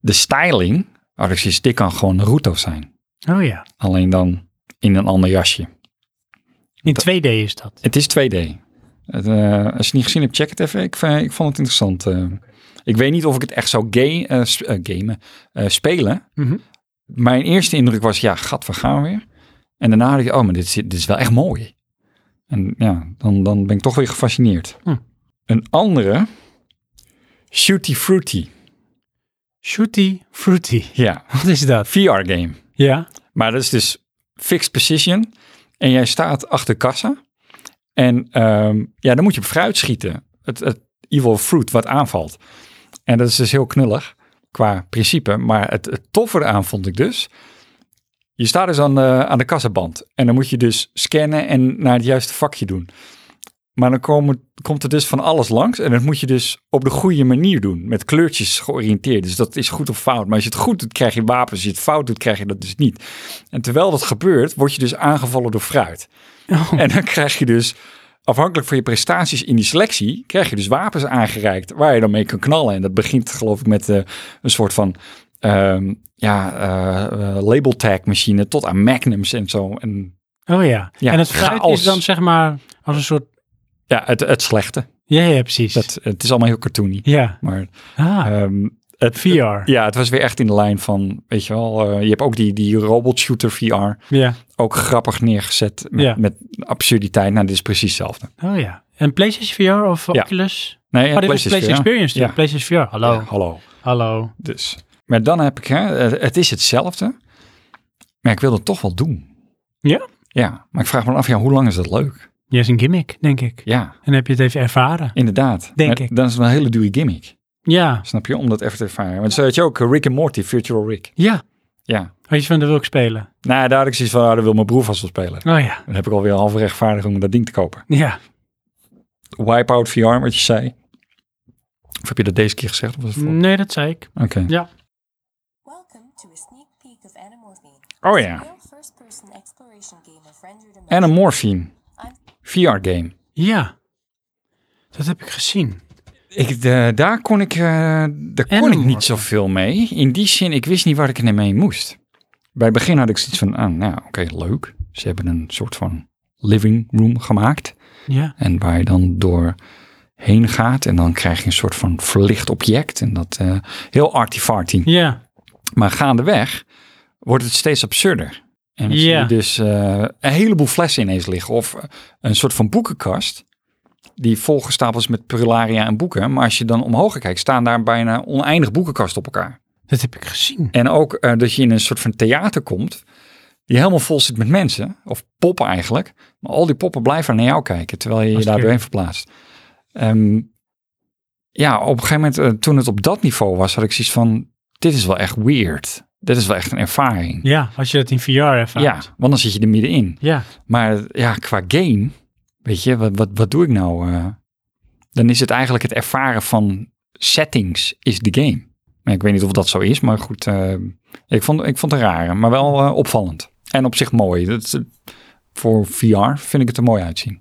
de styling. Oh, dat is, dit kan gewoon Naruto zijn.
Oh ja.
Alleen dan in een ander jasje.
In 2D is dat.
Het is 2D. Het, eh, als je het niet gezien hebt, check het even. Ik, vind- ik vond het interessant. eh. ik weet niet of ik het echt zou ga- eh, s- eh, gamen, eh, spelen.
Mhm.
Mijn eerste indruk was, ja, gat, we gaan weer. En daarna dacht ik, oh, maar dit is, dit is wel echt mooi. En ja, dan, dan ben ik toch weer gefascineerd.
Hm.
Een andere, Shooty Fruity.
Shooty Fruity.
Ja,
Wat is dat?
VR game.
Ja.
Maar dat is dus fixed position. En jij staat achter kassa. En ehm, ja, dan moet je fruit schieten. Het, het evil fruit wat aanvalt. En dat is dus heel knullig qua principe. Maar het, het toffe eraan vond ik dus. Je staat dus aan de, aan de kassaband. En dan moet je dus scannen en naar het juiste vakje doen. Maar dan komen, komt er dus van alles langs. En dat moet je dus op de goede manier doen. Met kleurtjes georiënteerd. Dus dat is goed of fout. Maar als je het goed doet, krijg je wapens. Als je het fout doet, krijg je dat dus niet. En terwijl dat gebeurt, word je dus aangevallen door fruit. En dan krijg je dus, afhankelijk van je prestaties in die selectie, krijg je dus wapens aangereikt waar je dan mee kan knallen. En dat begint geloof ik met eh, een soort van ehm, ja, eh, eh, label tag machine tot aan magnums en zo. En
Oh ja.
Ja,
en het fruit
chaos.
is dan zeg maar als een soort...
ja, het, het slechte.
Ja, ja, precies.
Dat, het is allemaal heel cartoony.
ja.
Maar
Ah,
ehm, het,
VR.
het-
Ja.
ja, het was weer echt in de lijn van, weet je wel, eh, je hebt ook die, die robot shooter VR ook grappig neergezet met,
Ja.
met absurditeit. Nou, dit is precies hetzelfde.
Oh ja. En PlayStation VR of
Ja.
Oculus?
Nee,
Oh, dit was PlayStation Experience.
Ja.
Ja. PlayStation VR. Hallo.
Ja, hallo.
Hallo.
Dus. Maar dan heb ik, hè, het- het is hetzelfde, maar ik wil het toch wel doen.
Ja?
Ja, maar ik vraag me af, ja, hoe lang is dat leuk?
Ja, is een gimmick, denk ik.
Ja,
En heb je het even ervaren.
inderdaad.
Denk
Maar
ik.
Dan is het een hele dure gimmick,
Ja.
snap je, om dat even te ervaren. Want zo had je ook eh, Rick en Morty, Virtual Rick.
Ja.
Ja.
Had je van, dat wil ik spelen.
Nou, daar had ik zoiets van, ah, daar wil mijn broer vast wel spelen.
Oh ja.
Dan heb ik alweer een halve rechtvaardiging om dat ding te kopen.
Ja.
Wipeout VR, wat je zei. Of heb je dat deze keer gezegd? Of was het voor?
Nee, dat zei ik.
Oké.
Ja.
Welcome to a sneak peek of Anamorphine.
Oh
It's a
ja.
real first-person exploration game of rendered immersion.
En een morphine.
I'm
VR game.
Ja. Dat heb ik gezien.
Ik, de- daar kon ik, eh, daar kon ik
Animorphin.
niet zoveel mee. In die zin, ik wist niet waar ik ermee mee moest. Bij het begin had ik zoiets van, ah, nou oké, leuk. Ze hebben een soort van living room gemaakt.
Ja.
En waar je dan doorheen gaat. En dan krijg je een soort van verlicht object. En dat eh, heel artifarty.
Ja.
Maar gaandeweg wordt het steeds absurder. En dan zie
Ja.
je dus eh, een heleboel flessen ineens liggen. Of eh, een soort van boekenkast. Die volgestapeld is met prularia en boeken. Maar als je dan omhoog kijkt, staan daar bijna oneindig boekenkasten op elkaar.
Dat heb ik gezien.
En ook eh, dat je in een soort van theater komt. Die helemaal vol zit met mensen. Of poppen eigenlijk. Maar al die poppen blijven naar jou kijken. Terwijl je je
Als
daar
keer.
doorheen verplaatst. Ehm, ja, op een gegeven moment eh, toen het op dat niveau was. Had ik zoiets van, dit is wel echt weird. Dit is wel echt een ervaring.
Ja, als je dat in VR ervaart.
Ja, want dan zit je er middenin.
Ja.
Maar ja, qua game, weet je, wat, wat, wat doe ik nou? eh? dan is het eigenlijk het ervaren van settings is de game. Maar ik weet niet of dat zo is, maar goed. eh, ik, vond, ik vond het raar, maar wel eh, opvallend. En op zich mooi. Dat, is, eh, voor VR vind ik het er mooi uitzien.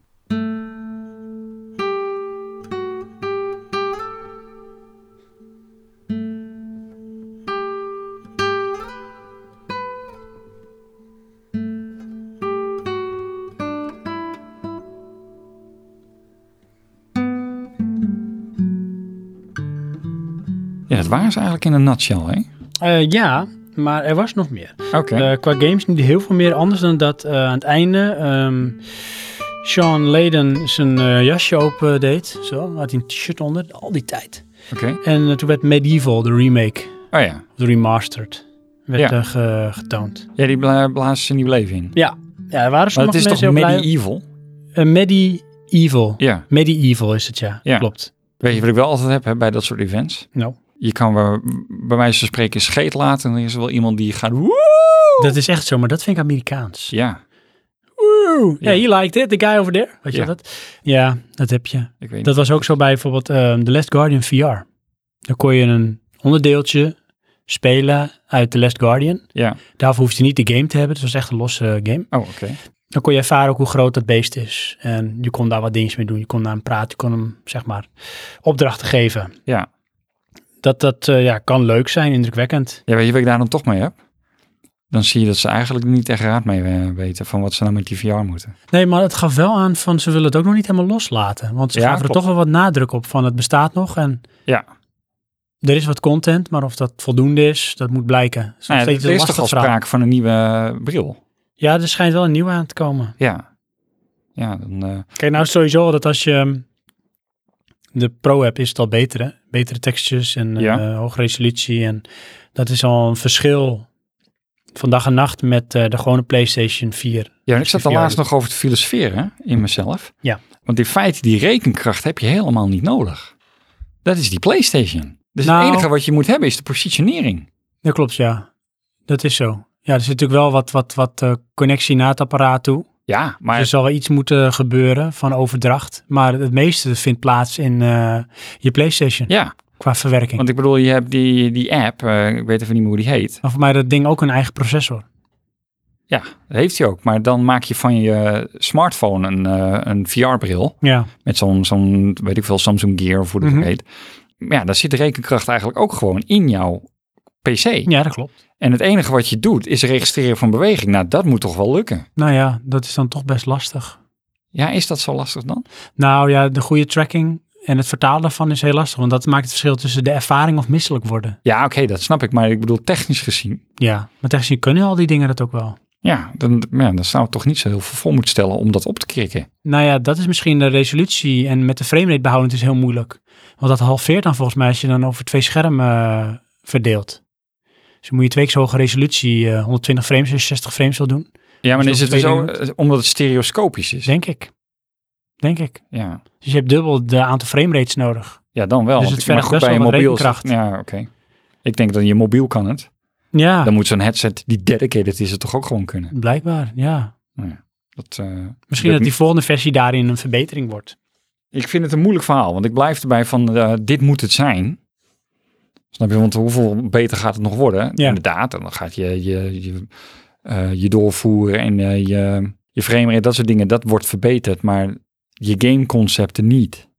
Ja, dat waren ze eigenlijk in een nutshell, hè?
Eh, ja, maar er was nog meer.
Oké.
Eh, qua games niet heel veel meer anders dan dat eh, aan het einde ehm, Sean Layden zijn eh, jasje open deed. Zo, had hij een t-shirt onder, al die tijd.
Oké.
En eh, toen werd Medieval, de remake,
Oh ja.
of de remastered, werd
Ja.
eh, ge- getoond.
Ja, die bla blazen ze nieuw leven in.
Ja, ja er waren
Maar het
sommige
is toch
mensen heel blij.
medieval?
Eh, Medieval.
Ja.
Medieval is het, ja.
Ja.
Klopt.
Weet je wat ik wel altijd heb hè, bij dat soort events?
Nou,
je kan wel, bij wijze van spreken scheet laten. En dan is er wel iemand die gaat. Woe!
dat is echt zo, maar dat vind ik Amerikaans.
Ja,
Woe!
Ja.
Yeah, he liked it, the guy over there. Weet je
Ja.
dat? Ja, dat heb je.
ik weet
Dat was ook zo bij bijvoorbeeld eh, The Last Guardian VR. Dan kon je een onderdeeltje spelen uit The Last Guardian.
niet. Ja.
Daarvoor hoefde je niet de game te hebben. Het was echt een losse game.
Oh, oké.
Dan kon je ervaren ook hoe groot dat beest is. En je kon daar wat dingen mee doen. Je kon naar hem praten. Je kon hem, zeg maar, opdrachten geven.
Ja.
Dat, dat eh, ja, kan leuk zijn, indrukwekkend.
ja, weet je wat ik daar dan toch mee heb? Dan zie je dat ze eigenlijk niet echt raad mee eh, weten van wat ze nou met die VR moeten.
Nee, maar het gaf wel aan van ze willen het ook nog niet helemaal loslaten. Want ze
Ja,
gaven er
klopt.
toch wel wat nadruk op van het bestaat nog. En
Ja,
er is wat content, maar of dat voldoende is, dat moet blijken. Het is nog
nou, ja,
steeds
er
een
is toch
lastig
al
verhaal.
sprake van een nieuwe eh, bril?
Ja, er schijnt wel een nieuwe aan te komen.
Ja. Ja, dan, eh,
Kijk, nou is sowieso al dat als je ehm, de Pro hebt, is het al beter, hè? Betere textures en eh
Ja.
hoge resolutie. En dat is al een verschil vandaag en nacht met eh, de gewone PlayStation 4.
Ja, ik zat er
VR
laatst
dus.
nog over te filosoferen in mezelf.
Ja.
Want in feite, die rekenkracht heb je helemaal niet nodig. Dat is die PlayStation. Dus
Nou.
het enige wat je moet hebben is de positionering.
Dat klopt, ja. Dat is zo. Ja, er zit natuurlijk wel wat, wat, wat eh, connectie naar het apparaat toe.
Ja, maar
Dus er zal wel iets moeten gebeuren van overdracht. Maar het meeste vindt plaats in eh, je PlayStation
ja,
qua verwerking.
want ik bedoel, je hebt die, die app, eh, ik weet even niet meer hoe die heet.
Maar voor mij had dat ding ook een eigen processor.
Ja, dat heeft hij ook. Maar dan maak je van je smartphone een, eh, een VR-bril.
Ja,
Met zo'n, zo'n, weet ik veel, Samsung Gear of hoe dat ook
Mhm.
heet. Ja, daar zit de rekenkracht eigenlijk ook gewoon in jouw PC.
ja dat klopt.
En het enige wat je doet is registreren van beweging. Nou, dat moet toch wel lukken.
Nou ja, dat is dan toch best lastig.
Ja, is dat zo lastig dan?
Nou ja, de goede tracking en het vertalen daarvan is heel lastig. Want dat maakt het verschil tussen de ervaring of misselijk worden.
Ja, oké, dat snap ik. Maar ik bedoel, technisch gezien.
Ja, maar technisch kunnen al die dingen dat ook wel.
Ja, dan, ja, dan zou het toch niet zo heel veel voor moeten stellen om dat op te krikken.
Nou ja, dat is misschien de resolutie en met de framerate behouden is heel moeilijk. Want dat halveert dan volgens mij als je dan over twee schermen eh, verdeelt. Dus dan moet je twee keer zo hoge resolutie, eh, 120 frames als je 60 frames wil doen,
Ja,
Is
maar dan is
dat
het zo,
tweede
eh, omdat het stereoscopisch is.
denk ik. Denk ik.
Ja,
Dus je hebt dubbel de aantal framerates nodig.
ja dan wel.
Dus
Want
het
ik- maar
vergt best wel wat
mobiel. is-
rekenkracht. Ah.
Ja, oké. Ik denk dat je mobiel kan het.
Ja,
Dan moet zo'n headset die dedicated is het toch ook gewoon kunnen.
blijkbaar, ja.
Dat, eh,
Misschien
dat
dat die volgende versie daarin een verbetering wordt.
Ik vind het een moeilijk verhaal, want ik blijf erbij van eh, dit moet het zijn. Snap je? Want hoeveel beter gaat het nog worden?
Ja.
Inderdaad, en dan gaat je, je, je, eh, je doorvoer en eh, je, je framerate, dat soort dingen, dat wordt verbeterd, maar je gameconcepten niet.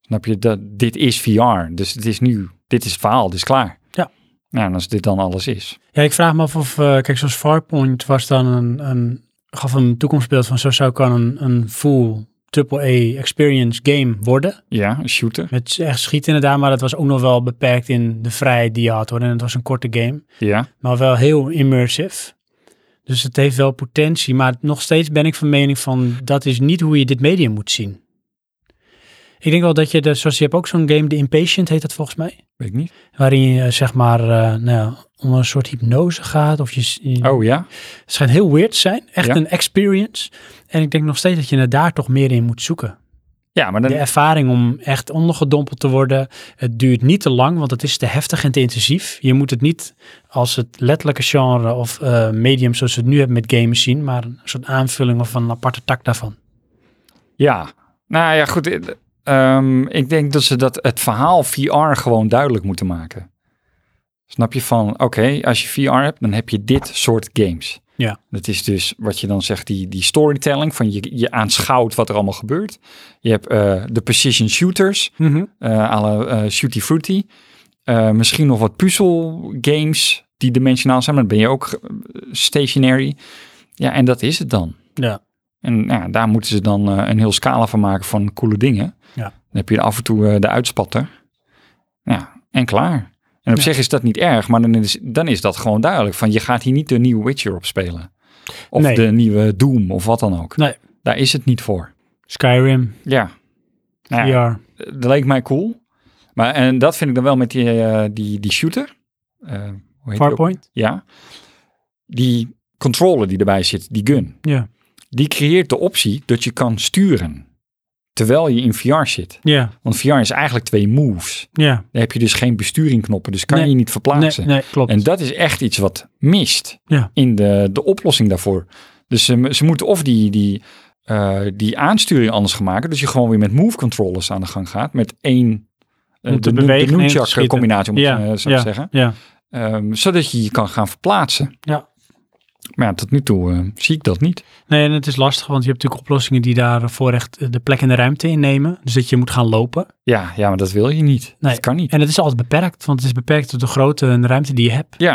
Snap je? Dat, dit is VR, dus het is nu, dit is het verhaal, dit is klaar.
Ja.
Nou, en als dit dan alles is.
Ja, ik vraag me af of, eh, kijk, zoals Farpoint was dan een, een gaf een toekomstbeeld van zo zou kan een, een full AAA experience game worden.
Ja, een shooter.
Met echt schieten inderdaad, maar dat was ook nog wel beperkt in de vrijheid die je had hoor. En het was een korte game,
Ja.
maar wel heel immersive. Dus het heeft wel potentie, maar nog steeds ben ik van mening van dat is niet hoe je dit medium moet zien. Ik denk wel dat je, de, zoals je hebt ook zo'n game, The Impatient heet dat volgens mij.
Weet ik niet.
Waarin je eh, zeg maar eh, nou, ja, onder een soort hypnose gaat. Of je, s- je-
Oh ja?
Het schijnt heel weird te zijn, echt
Ja.
een experience. En ik denk nog steeds dat je er daar toch meer in moet zoeken
Ja, maar
de
dan...
ervaring om echt ondergedompeld te worden. Het duurt niet te lang, want het is te heftig en te intensief. Je moet het niet als het letterlijke genre of eh, medium zoals we het nu hebben met games zien, maar een soort aanvulling of een aparte tak daarvan.
Ja, nou ja, goed. eh, ehm, ik denk dat ze dat het verhaal VR gewoon duidelijk moeten maken. Snap je van, oké, als je VR hebt, dan heb je dit soort games.
Ja.
Dat is dus wat je dan zegt, die, die storytelling, van je, je aanschouwt wat er allemaal gebeurt. Je hebt eh, de precision shooters, eh à la eh, Shooty Fruity. Eh, misschien nog wat puzzel games die dimensionaal zijn, maar dan ben je ook eh, stationary. Ja, en dat is het dan.
Ja.
En nou ja, daar moeten ze dan eh, een heel scala van maken van coole dingen.
Ja.
Dan heb je af en toe eh, de uitspatter. Ja, en klaar. En op
Ja.
zich is dat niet erg, maar dan is, dan is dat gewoon duidelijk. Van je gaat hier niet de nieuwe Witcher op spelen. Of
Nee.
de nieuwe Doom of wat dan ook.
Nee.
Daar is het niet voor.
Skyrim,
Ja. Nou ja,
VR.
Dat leek mij cool. Maar en dat vind ik dan wel met die, eh, die, die shooter. Eh, hoe heet die ook?
Farpoint.
Ja. Die controller die erbij zit, die gun.
Ja.
Die creëert de optie dat je kan sturen. Terwijl je in VR zit.
Ja,
Want VR is eigenlijk twee moves.
ja.
Daar heb je dus geen besturingknoppen. Dus kan
Nee.
je niet
Nee,
verplaatsen.
nee, klopt.
En dat is echt iets wat mist
Ja.
in de, de oplossing daarvoor. Dus ze, ze moeten of die, die, eh, die aansturing anders gaan maken. Dus je gewoon weer met move controllers aan de gang gaat. Met één eh,
Om te
de, nu-
bewegen en
de
te
nunchak
schieten.
combinatie, om
Ja,
het eh, zo
ja.
te zeggen.
Ja,
Ehm, zodat je je kan gaan verplaatsen.
Ja.
Maar ja, tot nu toe eh, zie ik dat niet.
nee, en het is lastig, want je hebt natuurlijk oplossingen die daarvoor echt eh, de plek en de ruimte innemen. Dus dat je moet gaan lopen.
Ja, ja maar dat wil je niet.
Nee.
Dat kan niet.
En het is altijd beperkt, want het is beperkt door de grootte en de ruimte die je hebt.
Ja,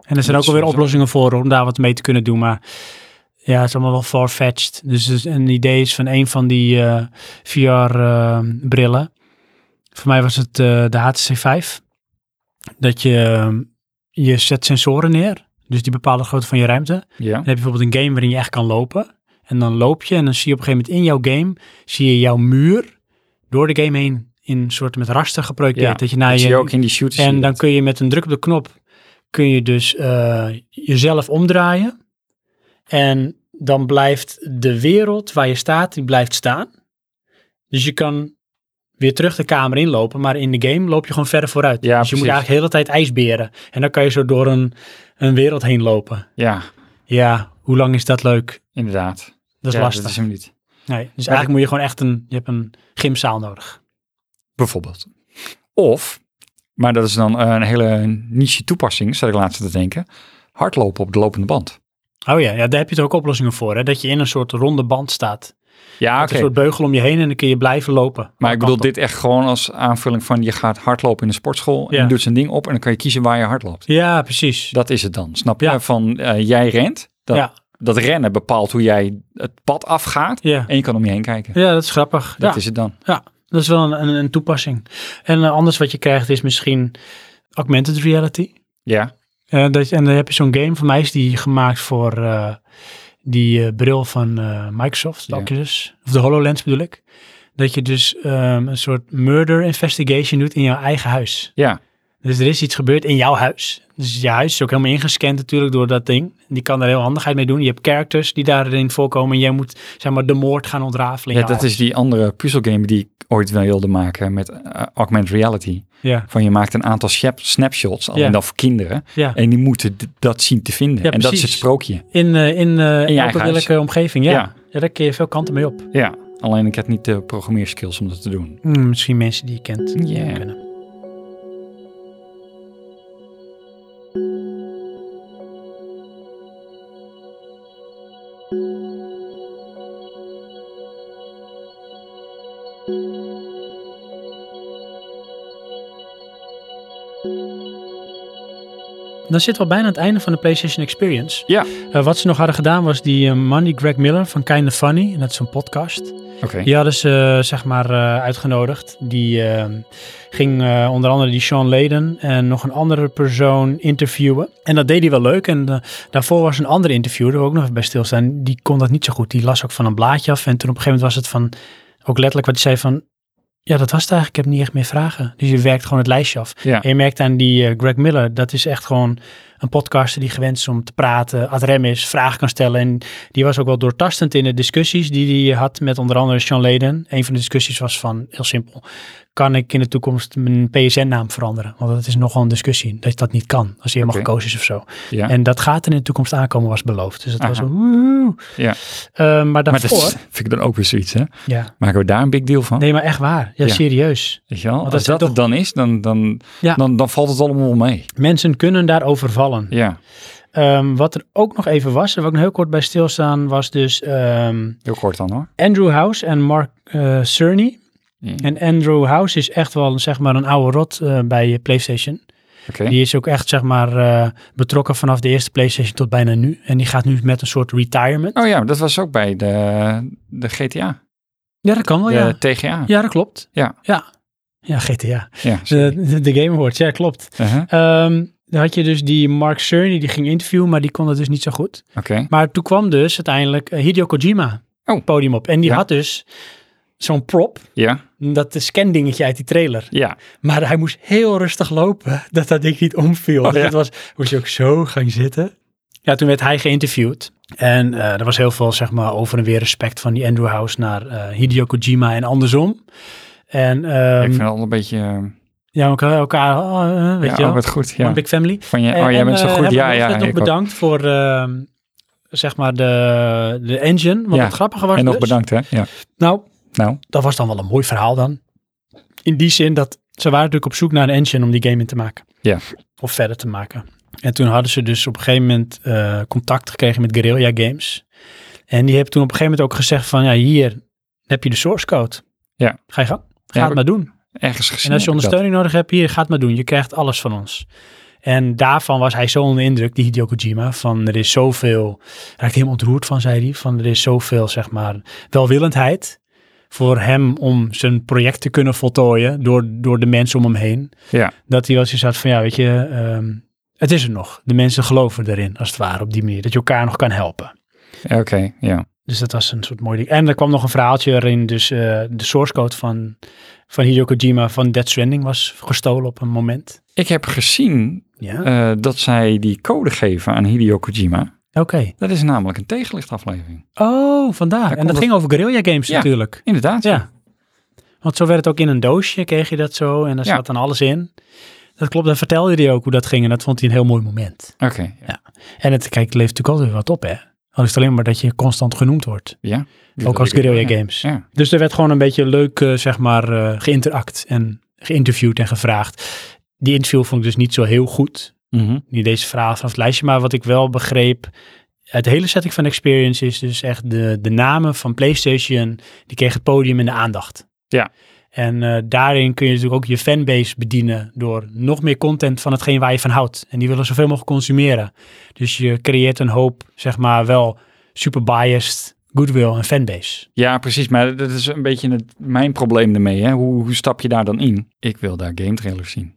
En er zijn
Dat
ook
is
alweer
wel zo.
oplossingen voor om daar wat mee te kunnen doen. Maar ja, het is allemaal wel far-fetched. Dus het is een idee is van een van die eh, VR-brillen. eh, Voor mij was het eh, de HTC 5. Dat je, ehm, je zet sensoren neer. Dus die bepalen de grootte van je ruimte.
ja.
Dan heb je bijvoorbeeld een game waarin je echt kan lopen. En dan loop je en dan zie je op een gegeven moment in jouw game... zie je jouw muur door de game heen in soort met raster geprojecteerd.
Ja,
dat je naar
Dat
je
zie je ook in die shooters. zie
en
je
dan
dat.
kun je met een druk op de knop kun je dus eh, jezelf omdraaien. En dan blijft de wereld waar je staat, die blijft staan. Dus je kan weer terug de kamer inlopen, maar in de game loop je gewoon verder vooruit.
Ja,
dus je moet
precies.
eigenlijk de hele tijd ijsberen. En dan kan je zo door een, een wereld heen lopen.
Ja,
Ja, hoe lang is dat leuk?
inderdaad.
Dat is
Ja,
lastig.
Dat is hem niet.
Nee, dus eigenlijk moet je gewoon echt een, je hebt een gymzaal nodig.
Bijvoorbeeld. Of, maar dat is dan eh, een hele niche toepassing, zat ik laatst te denken. Hardlopen op de lopende band.
Oh ja, ja daar heb je toch ook oplossingen voor. Hè? Dat je in een soort ronde band staat.
Ja,
Met
oké.
Een soort beugel om je heen en dan kun je blijven lopen.
Maar ik bedoel
Kant op.
dit echt gewoon als aanvulling van je gaat hardlopen in de sportschool en
Ja.
je doet zijn ding op en dan kan je kiezen waar je hardloopt.
Ja, precies.
Dat is het dan, snap je?
Ja.
Van eh, jij rent, dat,
ja,
dat rennen bepaalt hoe jij het pad afgaat
ja.
en je kan om je heen kijken.
ja, dat is grappig.
Dat
ja.
is het dan.
Ja, dat is wel een, een, een toepassing. En eh, anders wat je krijgt is misschien augmented reality.
Ja,
Eh, dat, en dan heb je zo'n game, voor mij is die gemaakt voor eh, die eh, bril van eh, Microsoft, de
Ja.
Oculus, of de HoloLens bedoel ik. Dat je dus ehm, een soort murder investigation doet in jouw eigen huis.
ja.
Dus er is iets gebeurd in jouw huis. Dus je huis is ook helemaal ingescand natuurlijk door dat ding. Die kan er heel handigheid mee doen. Je hebt characters die daarin voorkomen. En jij moet zeg maar de moord gaan ontrafelen. in
ja
jouw
dat is die andere puzzelgame die ik ooit wilde maken met eh, augmented reality.
huis. Ja,
Van je maakt een aantal shap- snapshots, alleen
Ja.
dan voor kinderen.
ja.
En die moeten d- dat zien te vinden.
Ja,
en dat is het
precies.
sprookje.
In, eh, in, eh,
eigen
elke
huis.
welke omgeving, ja. ja.
Ja.
Daar kun je veel kanten mee op.
Ja, alleen ik heb niet de programmeerskills om dat te doen.
Hmm, misschien mensen die je kent.
Ja.
Kunnen. Dan zitten we al bijna aan het einde van de PlayStation Experience.
Ja,
Eh, wat ze nog hadden gedaan was die eh, man, die Greg Miller van Kinda Funny, en dat is een podcast.
oké.
Die hadden ze eh, zeg maar eh, uitgenodigd. Die eh, ging eh, onder andere die Sean Layden en nog een andere persoon interviewen. En dat deed hij wel leuk. En eh, daarvoor was een andere interviewer, daar wil ik ook nog even bij stilstaan. Die kon dat niet zo goed. Die las ook van een blaadje af. En toen op een gegeven moment was het van, ook letterlijk wat hij zei van... Ja, dat was het eigenlijk. Ik heb niet echt meer vragen. Dus je werkt gewoon het lijstje af.
Ja.
En je merkt aan die eh, Greg Miller, dat is echt gewoon een podcaster die gewend is om te praten, ad rem is, vragen kan stellen. En die was ook wel doortastend in de discussies die hij had met onder andere Sean Leden. Een van de discussies was van, heel simpel, kan ik in de toekomst mijn PSN-naam veranderen? Want dat is nogal een discussie, dat dat niet kan, als hij helemaal
Oké.
gekozen is of zo.
ja.
En dat gaat er in de toekomst aankomen, was beloofd. Dus dat was
Aha.
een woehoe.
Ja.
Eh, maar
maar
daarvoor,
dat is- vind ik dan ook weer zoiets, hè?
ja.
Maken we daar een big deal van?
Nee, maar echt waar. Ja,
Ja.
serieus.
Weet je wel?
dat
Als
zijn
dat
toch-
het dan is, dan, dan,
Ja.
dan, dan valt het allemaal wel mee.
Mensen kunnen daarover vallen.
Ja,
Ehm, wat er ook nog even was, en waar ik nog heel kort bij stilstaan, was dus ehm,
heel kort dan hoor.
Andrew House en Mark eh, Cerny.
Ja.
En Andrew House is echt wel zeg maar een oude rot eh, bij PlayStation.
Oké.
Die is ook echt zeg maar eh, betrokken vanaf de eerste PlayStation tot bijna nu. En die gaat nu met een soort retirement.
Oh ja, dat was ook bij de, de GTA.
Ja, dat kan wel,
De
Oh, ja.
TGA.
Ja, dat klopt.
Ja.
Ja, ja GTA.
Ja, sorry.
De, de Game Awards, ja, klopt.
Uh-huh.
Ehm, dan had je dus die Mark Cerny, die ging interviewen, maar die kon het dus niet zo goed.
Oké.
Maar toen kwam dus uiteindelijk eh, Hideo Kojima
Oh.
het podium op. En die
Ja.
had dus zo'n prop,
Ja,
dat scandingetje uit die trailer.
ja.
Maar hij moest heel rustig lopen, dat dat ding niet omviel.
Oh,
Dus
ja.
het was, moest je ook zo gaan zitten. Ja, toen werd hij geïnterviewd. En eh, er was heel veel, zeg maar, over en weer respect van die Andrew House naar eh, Hideo Kojima en andersom. En ehm,
ik vind het al een beetje... eh,
ja, elkaar, elkaar eh, weet
ja,
je wel,
oh, wat goed. Ja.
One Big Family.
Van je,
En-
oh, jij
en,
bent zo
eh,
goed.
hebben
Ja,
we
ja.
net nog
ik ook.
bedankt voor, ehm, zeg maar, de, de engine. Want
Ja,
het grappige was
En nog
dus-
bedankt, hè? Ja.
Nou,
Nou,
dat was dan wel een mooi verhaal dan. In die zin dat ze waren natuurlijk op zoek naar een engine om die game in te maken.
Ja.
Of verder te maken. En toen hadden ze dus op een gegeven moment eh, contact gekregen met Guerrilla Games. En die hebben toen op een gegeven moment ook gezegd van, ja, hier heb je de source code.
Ja.
Ga je gang. Ga
Ja,
het maar doen.
ergens gezien.
En als je
heb ik dat.
ondersteuning nodig hebt, hier, ga het maar doen. Je krijgt alles van ons. En daarvan was hij zo onder de indruk, die Hideo Kojima, van er is zoveel, hij raakte helemaal ontroerd van, zei hij, van er is zoveel, zeg maar, welwillendheid voor hem om zijn project te kunnen voltooien door, door de mensen om hem heen.
Ja.
Dat hij wel zoiets had van, ja, weet je, ehm, het is er nog. De mensen geloven erin, als het ware, op die manier, dat je elkaar nog kan helpen.
Ja, Oké, ja.
Dus dat was een soort mooi ding. En er kwam nog een verhaaltje erin. Dus eh, de source code van, van Hideo Kojima van Dead Stranding was gestolen op een moment.
Ik heb gezien
Ja,
eh, dat zij die code geven aan Hideo Kojima.
Eh, oké.
Dat is namelijk een tegenlichtaflevering.
Oh, vandaar. en
komt
dat
het-
ging over Guerrilla Games
Ja.
natuurlijk.
Inderdaad.
Ja. Want zo werd het ook in een doosje, kreeg je dat zo. En daar
Ja.
zat dan alles in. Dat klopt, daar vertelde hij ook hoe dat ging. En dat vond hij een heel mooi moment.
Oké.
En het, kijk, het leeft natuurlijk altijd weer wat op, hè. Al is het alleen maar dat je constant genoemd wordt.
Ja.
ook als Guerrilla
Ja.
Games.
Ja.
Dus er werd gewoon een beetje leuk, eh, zeg maar, eh, geïnteract en geïnterviewd en gevraagd. Die interview vond ik dus niet zo heel goed.
Mhm.
Niet deze vraag van het lijstje, maar wat ik wel begreep. Het hele setting van Experience is dus echt de, de namen van PlayStation. Die kregen het podium en de aandacht.
Ja.
En eh, daarin kun je natuurlijk ook je fanbase bedienen door nog meer content van hetgeen waar je van houdt. En die willen zoveel mogelijk consumeren. Dus je creëert een hoop, zeg maar, wel super biased goodwill en fanbase.
Ja, precies. Maar dat is een beetje het, mijn probleem ermee. Hè? Hoe, hoe stap je daar dan in? Ik wil daar game trailers zien.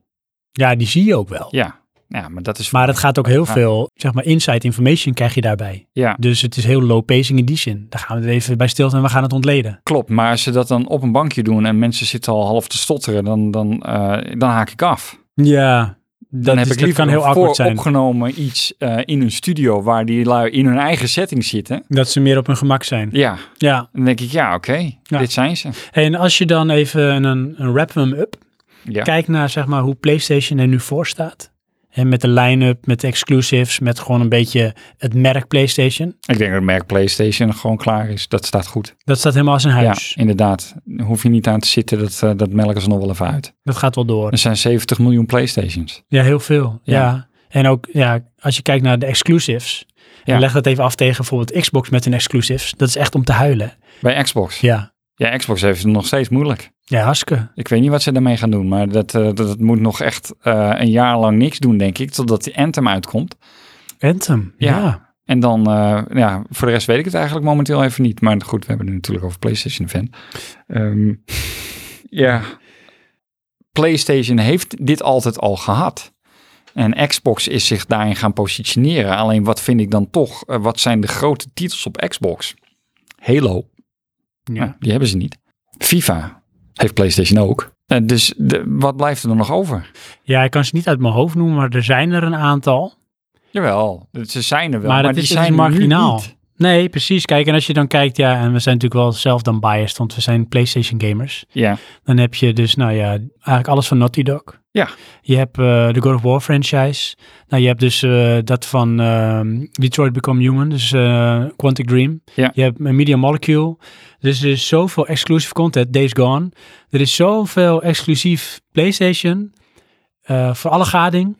Ja, die zie je ook wel.
Ja. Ja, maar dat is...
Maar het gaat ook heel
Ja.
veel, zeg maar, inside information krijg je daarbij.
Ja,
Dus het is heel low pacing in die zin. Daar gaan we er even bij stilstaan en we gaan het ontleden.
klopt. Maar als ze dat dan op een bankje doen en mensen zitten al half te stotteren, dan, dan, eh, dan haak ik af.
Ja, dat,
Dan
is-
heb ik
dat
liever
kan heel
een
awkward zijn.
opgenomen iets eh, in een studio waar die lui in hun eigen setting zitten.
Dat ze meer op hun gemak zijn.
Ja,
Ja,
dan denk ik, ja, oké,
Ja.
dit zijn ze.
en als je dan even een, een wrap hem up,
Ja.
kijkt naar zeg maar hoe PlayStation er nu voor staat. En met de line-up, met de exclusives, met gewoon een beetje het merk PlayStation.
Ik denk dat het merk PlayStation gewoon klaar is. Dat staat goed.
Dat staat helemaal als een huis.
Ja, inderdaad. Daar Hoef je niet aan te zitten, dat, eh, dat melken ze nog wel even uit.
Dat gaat wel door.
Er zijn 70 miljoen PlayStations.
Ja, heel veel. Ja.
Ja.
En ook ja, als je kijkt naar de exclusives. En
Ja.
leg dat even af tegen bijvoorbeeld Xbox met hun exclusives. Dat is echt om te huilen.
Bij Xbox. Ja,
Ja,
Xbox heeft het nog steeds moeilijk.
ja hartstikke.
Ik weet niet wat ze daarmee gaan doen, maar dat, eh, dat, dat moet nog echt eh, een jaar lang niks doen, denk ik, totdat die Anthem uitkomt.
Anthem. Ja.
Ja. En dan, eh, ja, voor de rest weet ik het eigenlijk momenteel even niet. Maar goed, we hebben het natuurlijk over PlayStation fan. Ehm, ja. PlayStation heeft dit altijd al gehad. En Xbox is zich daarin gaan positioneren. Alleen wat vind ik dan toch, eh, wat zijn de grote titels op Xbox? Halo,
Ja.
Nou, die hebben ze niet. FIFA heeft PlayStation ook. Eh, dus de- wat blijft er dan nog over?
Ja, ik kan ze niet uit mijn hoofd noemen, maar er zijn er een aantal.
Jawel, ze zijn er wel, maar,
maar het
die
is, het is
zijn nu
marginaal.
niet.
Nee, precies. Kijk, en als je dan kijkt, ja, en we zijn natuurlijk wel zelf dan biased, want we zijn PlayStation gamers.
Ja,
Dan heb je dus, nou ja, eigenlijk alles van Naughty Dog.
Ja.
Je hebt eh, de God of War franchise. Nou, je hebt dus eh, dat van ehm, Detroit Become Human, dus eh, Quantic Dream.
Ja.
Je hebt Media Molecule. Dus er is zoveel exclusive content, Days Gone. Er is zoveel exclusief PlayStation eh, voor alle gading.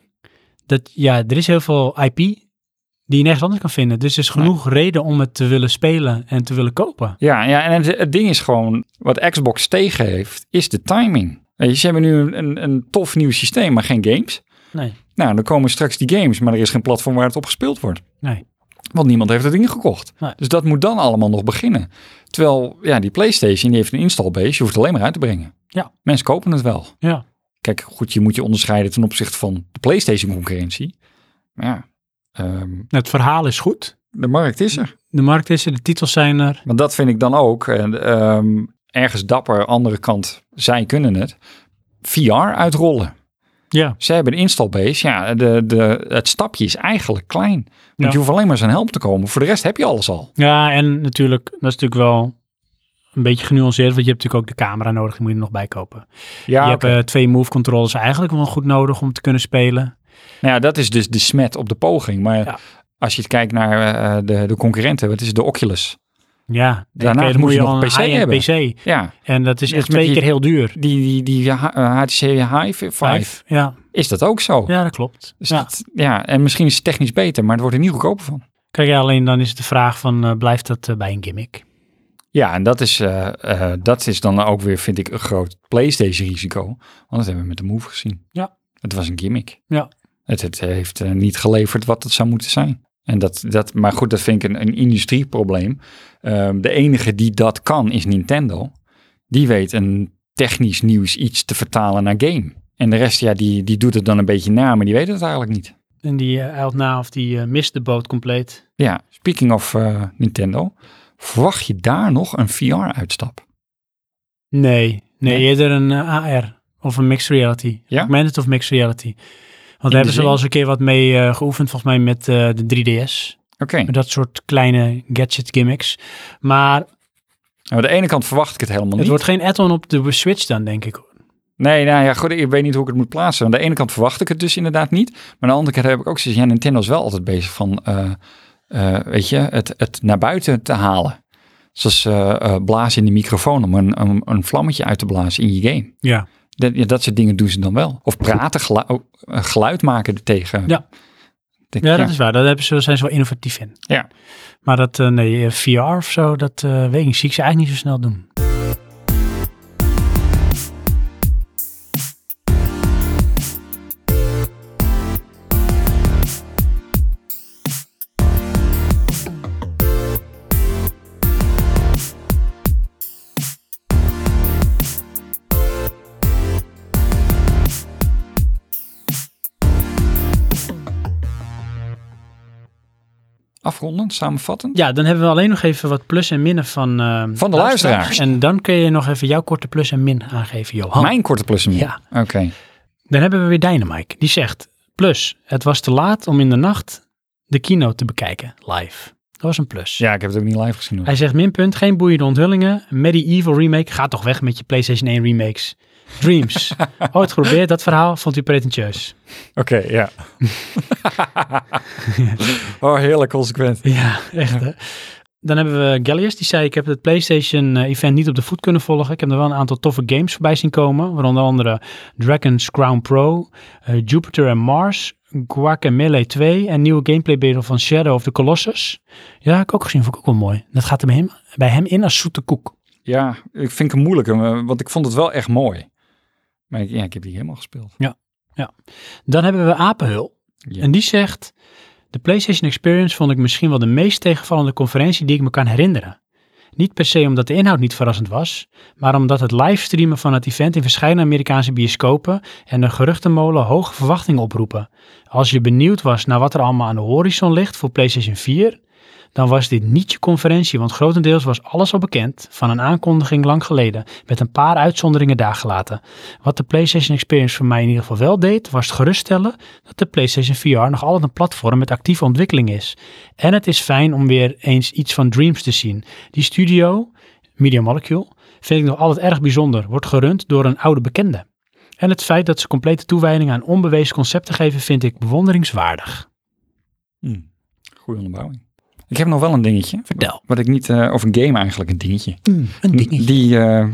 Dat, ja, er is heel veel IP die je nergens anders kan vinden. Dus er is genoeg reden om het te willen spelen en te willen kopen.
Ja, ja en het, het ding is gewoon, wat Xbox tegen heeft, is de timing. Weet je, ze hebben nu een, een, een tof nieuw systeem, maar geen games.
Nee.
Nou, dan komen straks die games, maar er is geen platform waar het op gespeeld wordt.
Nee.
Want niemand heeft het ingekocht.
Nee.
Dus dat moet dan allemaal nog beginnen. Terwijl, ja, die PlayStation die heeft een installbase, je hoeft het alleen maar uit te brengen.
Ja.
Mensen kopen het wel.
Ja.
Kijk, goed, je moet je onderscheiden ten opzichte van de PlayStation-concurrentie. Maar ja, ehm,
Het verhaal is goed.
de markt is er.
De markt is er, de titels zijn er.
Want dat vind ik dan ook. En, ehm, ergens dapper, andere kant, zij kunnen het. VR uitrollen.
Ja.
Ze hebben een installbase. Ja, de, de, het stapje is eigenlijk klein. Want
Ja.
je hoeft alleen maar zijn help te komen. Voor de rest heb je alles al.
Ja, en natuurlijk, dat is natuurlijk wel een beetje genuanceerd, want je hebt natuurlijk ook de camera nodig, die moet je er nog bij kopen.
Ja,
je
oké.
hebt eh, twee move controllers eigenlijk wel goed nodig om te kunnen spelen.
nou ja, dat is dus de smet op de poging. Maar
eh, Ja.
als je het kijkt naar eh, de, de concurrenten, wat is de Oculus?
Ja,
Daarnaast
Oké, dan
moet je nog
al
een PC
high-end PC.
Ja,
En dat is
Net
echt
met
twee
die
keer heel duur.
die, die, die H- eh, HTC Hive 5,
Ja,
is dat ook zo?
ja, dat klopt.
Dus
Ja.
dat- ja, en misschien is het technisch beter, maar het wordt er niet goedkoper van.
Kijk, ja, alleen dan is het de vraag van, eh, blijft dat eh, bij een gimmick?
Ja, en dat is, eh, eh, dat is dan ook weer, vind ik, een groot PlayStation-risico. Want dat hebben we met de Move gezien.
Ja.
Het was een gimmick.
Ja.
Het, het heeft eh, niet geleverd wat het zou moeten zijn. En dat, dat, maar goed, dat vind ik een, een industrieprobleem. Ehm, de enige die dat kan is Nintendo. Die weet een technisch nieuws iets te vertalen naar game. En de rest, ja, die, die doet het dan een beetje na, maar die weet het eigenlijk niet.
En die eh, eilt na of die eh, mist de boot compleet.
Ja, speaking of eh, Nintendo. Verwacht je daar nog een VR-uitstap?
Nee, nee,
Nee?
eerder een eh, AR of een mixed reality.
Ja?
Augmented of mixed reality. Want
de
daar hebben ze
zin.
wel eens een keer wat mee eh, geoefend, volgens mij met eh, de 3DS.
Oké.
Met dat soort kleine gadget gimmicks. Maar
Aan de ene kant verwacht ik het helemaal
het
niet.
wordt geen add-on op de Switch dan, denk ik.
Nee, nou ja, goed, ik weet niet hoe ik het moet plaatsen. Aan de ene kant verwacht ik het dus inderdaad niet. Maar aan de andere kant heb ik ook zoiets, ja, Nintendo is wel altijd bezig van, eh, eh, weet je, het, het naar buiten te halen. Zoals eh, eh, blazen in de microfoon om een, een, een vlammetje uit te blazen in je game.
Ja.
Dat, ja, dat soort dingen doen ze dan wel. Of praten, gelu- oh, eh, geluid maken er tegen.
Ja.
Ik denk,
Ja,
ja,
dat is waar. Daar hebben ze, zijn ze wel innovatief in.
Ja.
Maar dat, eh, nee, eh, VR of zo, dat eh, weet ik niet. Zie ik ze eigenlijk niet zo snel doen.
Afrondend, samenvattend.
Ja, dan hebben we alleen nog even wat plus en minnen van... eh,
Van de luisteraars.
En dan kun je nog even jouw korte plus en min aangeven, Johan.
Mijn korte plus en min.
Ja.
Oké.
Dan hebben we weer Dynamite. Die zegt, plus, het was te laat om in de nacht de keynote te bekijken, live. Dat was een plus.
Ja, ik heb het ook niet live gezien. hoor.
Hij zegt, minpunt, geen boeiende onthullingen. Medieval remake, ga toch weg met je PlayStation 1 remakes. Dreams. Ooit geprobeerd, dat verhaal vond u pretentieus.
Oké, ja. oh, heerlijk consequent.
Ja, echt hè. Dan hebben we Gallius, die zei ik heb het PlayStation eh, event niet op de voet kunnen volgen. Ik heb er wel een aantal toffe games voorbij zien komen. Waaronder andere Dragon's Crown Pro, eh, Jupiter en Mars, Guacamelee 2 en nieuwe gameplaybeelden van Shadow of the Colossus. Ja, heb ik ook gezien, vond ik ook wel mooi. Dat gaat er bij hem, bij hem in als zoete koek.
Ja, ik vind het moeilijk, eh, want ik vond het wel echt mooi. Maar ik, ja, ik heb die helemaal gespeeld.
Dan hebben we Apenhul.
Ja.
En die zegt, de PlayStation Experience vond ik misschien wel de meest tegenvallende conferentie die ik me kan herinneren. Niet per se omdat de inhoud niet verrassend was, maar omdat het livestreamen van het event in verschillende Amerikaanse bioscopen en de geruchtenmolen hoge verwachtingen oproepen. Als je benieuwd was naar wat er allemaal aan de horizon ligt voor PlayStation 4, dan was dit niet je conferentie, want grotendeels was alles al bekend van een aankondiging lang geleden, met een paar uitzonderingen daargelaten. Wat de PlayStation Experience voor mij in ieder geval wel deed, was het geruststellen dat de PlayStation VR nog altijd een platform met actieve ontwikkeling is. En het is fijn om weer eens iets van Dreams te zien. Die studio, Media Molecule, vind ik nog altijd erg bijzonder. Wordt gerund door een oude bekende. En het feit dat ze complete toewijding aan onbewezen concepten geven, vind ik bewonderingswaardig.
Hm. Goeie onderbouwing. Ik heb nog wel een dingetje.
Vertel.
Wat ik niet, eh of een game eigenlijk, een dingetje.
Hmm, een dingetje.
Die eh,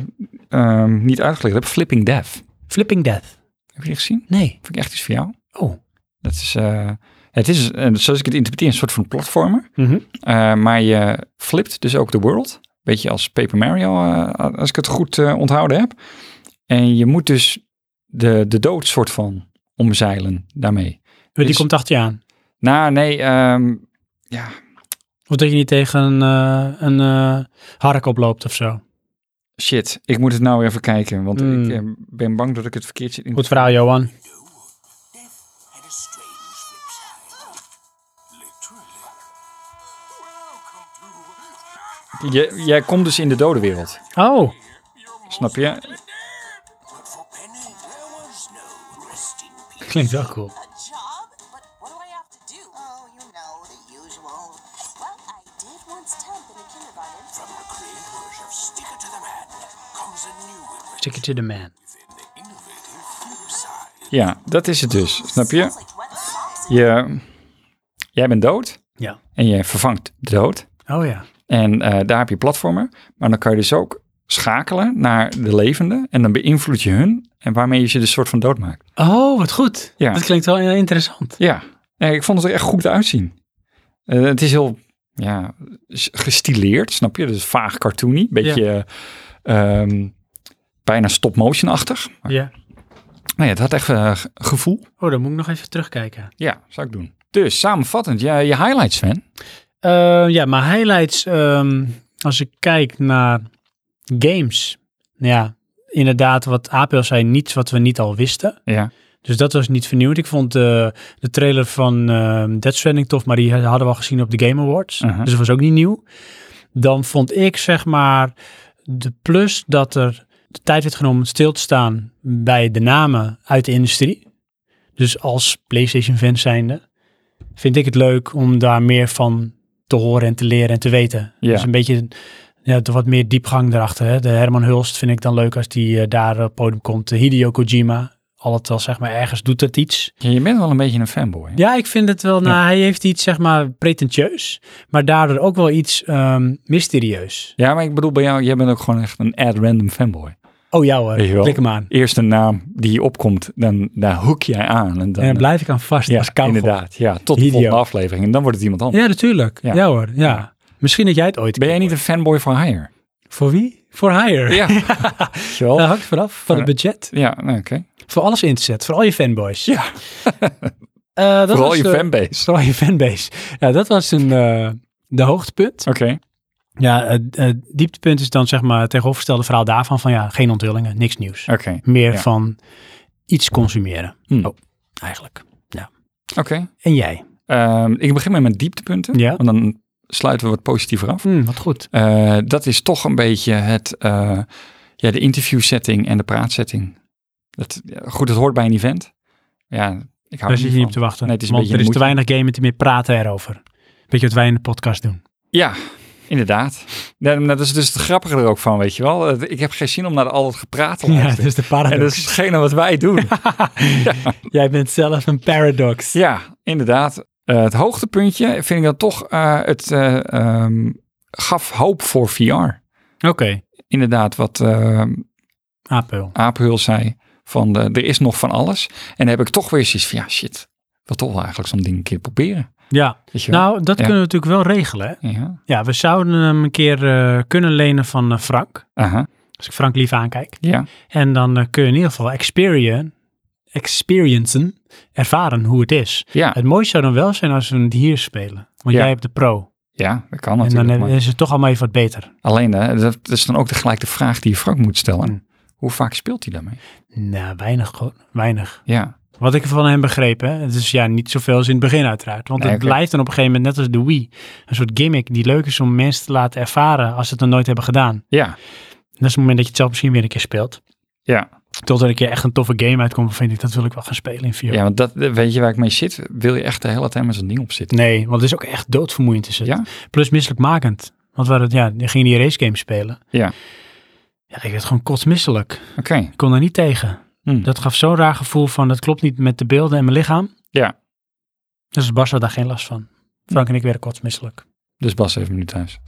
ehm, niet uitgelegd heb. Flipping Death.
Flipping Death.
Heb je die gezien?
Nee.
Vind ik echt iets voor jou.
Oh.
Dat is, eh, het is, eh, zoals ik het interpreteer, een soort van platformer.
Mm-hmm.
Eh, maar je flipt dus ook de world. Beetje als Paper Mario, eh, als ik het goed eh, onthouden heb. En je moet dus de, de dood soort van omzeilen daarmee.
Die
Dus-
komt achter je aan.
Nou, nee, ehm,
Of dat je niet tegen eh, een eh hark oploopt of zo.
shit. Ik moet het nou even kijken, want
Hmm.
ik eh, ben bang dat ik het verkeerd zit. In...
Goed verhaal, Johan.
Death had a strange flip side. Literally. Welcome to
Je, jij komt dus in de dodenwereld,
Oh.
snap je?
But for Penny, there was no rest in peace.
Klinkt wel cool.
A job? But what do I have to do? Oh, you know, the usual. Well, I did once temp in a kindergarten.
From the creators of Sticker to the Man comes a new adventure
Ticket to the man.
within the innovative flip side.
Ja, dat is het dus, snap
Sounds
je?
like wet socks.
je jij bent dood
Ja.
en je vervangt de dood.
Oh ja.
En eh, daar heb je platformen. Maar dan kan je dus ook schakelen naar de levenden. En dan beïnvloed je hun. En waarmee je ze dus soort van dood maakt.
Oh, wat goed.
Ja.
Dat klinkt wel eh, interessant.
Ja, Nee, Eh, ik vond het er echt goed uitzien. Eh, het is heel ja, s- gestileerd, snap je? Dus vaag cartoony. Beetje ehm, bijna stop-motion-achtig. Maar
Ja.
Nou ja, het had echt eh, ge- gevoel.
Oh, dan moet ik nog even terugkijken.
Ja, zou ik doen. Dus samenvattend, ja, je highlights, Sven.
Eh, ja, maar highlights. ehm, als ik kijk naar games. Nou ja, inderdaad, wat Apel zei, niets wat we niet al wisten.
Ja.
Dus dat was niet vernieuwd. Ik vond eh, de trailer van ehm Dead Stranding tof, maar die hadden we al gezien op de Game Awards.
Mhm.
Dus dat was ook niet nieuw. dan vond ik zeg maar de plus dat er de tijd werd genomen om stil te staan bij de namen uit de industrie. Dus als PlayStation fan zijnde vind ik het leuk om daar meer van te horen en te leren en te weten.
Ja.
Dus een beetje ja, de wat meer diepgang erachter. Hè. De Herman Hulst vind ik dan leuk als die eh, daar op het podium komt. De Hideo Kojima, al het wel zeg maar ergens doet dat iets.
Ja, je bent wel een beetje een fanboy. hè?
Ja, ik vind het wel. Nou, Hij heeft iets, zeg maar, pretentieus. Maar daardoor ook wel iets ehm, mysterieus.
Ja, maar ik bedoel bij jou, jij bent ook gewoon echt een ad random fanboy.
Oh ja hoor,
Weet je wel?
klik hem aan.
Eerst een naam die opkomt, dan daar hoek jij aan. En dan,
En daar blijf ik aan vast
ja,
als kauwgom.
inderdaad. Ja, tot de
Hideo.
volgende aflevering. En dan wordt het iemand anders.
Ja, natuurlijk. Ja,
Ja.
hoor, ja. Misschien dat jij het ooit
Ben jij
keer
niet een fanboy van Hire?
wordt. Voor wie? Voor hire.
Ja.
Daar
ja.
hangt het vanaf, van het budget.
Ja, nou, oké.
Voor alles in te zetten, voor al je fanboys.
Ja.
Eh, dat
Vooral
was
je
de-
fanbase.
Vooral je fanbase. Ja, dat was een, eh, de hoogtepunt.
Oké.
Ja, het het dieptepunt is dan zeg maar het tegenovergestelde verhaal daarvan van ja, geen onthullingen, niks nieuws.
Oké.
meer
Ja.
van iets consumeren,
Hm.
Oh. eigenlijk.
Oké.
En jij?
Ehm, ik begin met mijn dieptepunten.
Ja.
Want dan sluiten we wat positiever af.
wat goed.
Eh, dat is toch een beetje het, eh, ja, de interview setting en de praatsetting. Dat, ja, goed, dat hoort bij een event. Ja, ik hou
Daar
er
zit je niet op te wachten.
Nee, het is een
want
beetje
er is te
een
weinig game en te meer praten erover. Beetje wat wij in de podcast doen.
Ja, inderdaad. Nee, maar dat is dus het grappige er ook van, weet je wel. Eh, Ik heb geen zin om naar al het gepraat te
Ja, dat
luisteren.
is de
en dat
paradox.
is hetgene wat wij doen.
Jij bent zelf een paradox.
ja, inderdaad. Eh, het hoogtepuntje vind ik dan toch, eh, het eh, ehm, gaf hoop voor VR.
Oké,
Inderdaad, wat, eh,
Apel.
Aaphul zei van eh, er is nog van alles. En heb ik toch weer zoiets van ja shit, wat toch wel eigenlijk zo'n ding een keer proberen.
Ja,
Weet je wel?
nou dat
Ja.
kunnen we natuurlijk wel regelen. Hè?
ja.
Ja, we zouden hem een keer eh, kunnen lenen van eh, Frank.
Aha.
Als ik Frank lief aankijk.
ja.
En dan eh, kun je in ieder geval experien- experiencen, ervaren hoe het is.
Ja,
Het mooiste zou dan wel zijn als we het hier spelen. Want
Ja.
jij hebt de pro.
ja, dat kan
En dan
natuurlijk.
heb-
maar-
is het toch allemaal even wat beter.
Alleen, eh, dat dat is dan ook tegelijk de vraag die je Frank moet stellen. Hoe vaak speelt hij daarmee?
Nou, weinig gewoon. Weinig.
Ja,
Wat ik van hem begreep, hè. Het is ja niet zoveel als in het begin uiteraard. Want
Nee,
het
oké.
blijft dan op een gegeven moment, net als de Wii, een soort gimmick die leuk is om mensen te laten ervaren als ze het nog nooit hebben gedaan. En
ja,
dat is het moment dat je het zelf misschien weer een keer speelt.
ja.
Totdat er een keer echt een toffe game uitkomt, dan vind ik dat wil ik wel gaan spelen in 4.
Ja, want dat, weet je waar ik mee zit? Wil je echt de hele tijd met zo'n ding op zitten?
Nee, want het is ook echt doodvermoeiend is het.
Ja?
Plus misselijkmakend. Want we hadden, ja, die gingen die race game spelen.
Ja.
Ja, ik werd gewoon kotsmisselijk.
Oké.
Ik kon er niet tegen.
Hm.
Dat gaf zo'n raar gevoel van dat klopt niet met de beelden en mijn lichaam.
Ja. Hmm.
Dus Bas had daar geen last van. Frank en ik werden kotsmisselijk.
Dus Bas even nu thuis.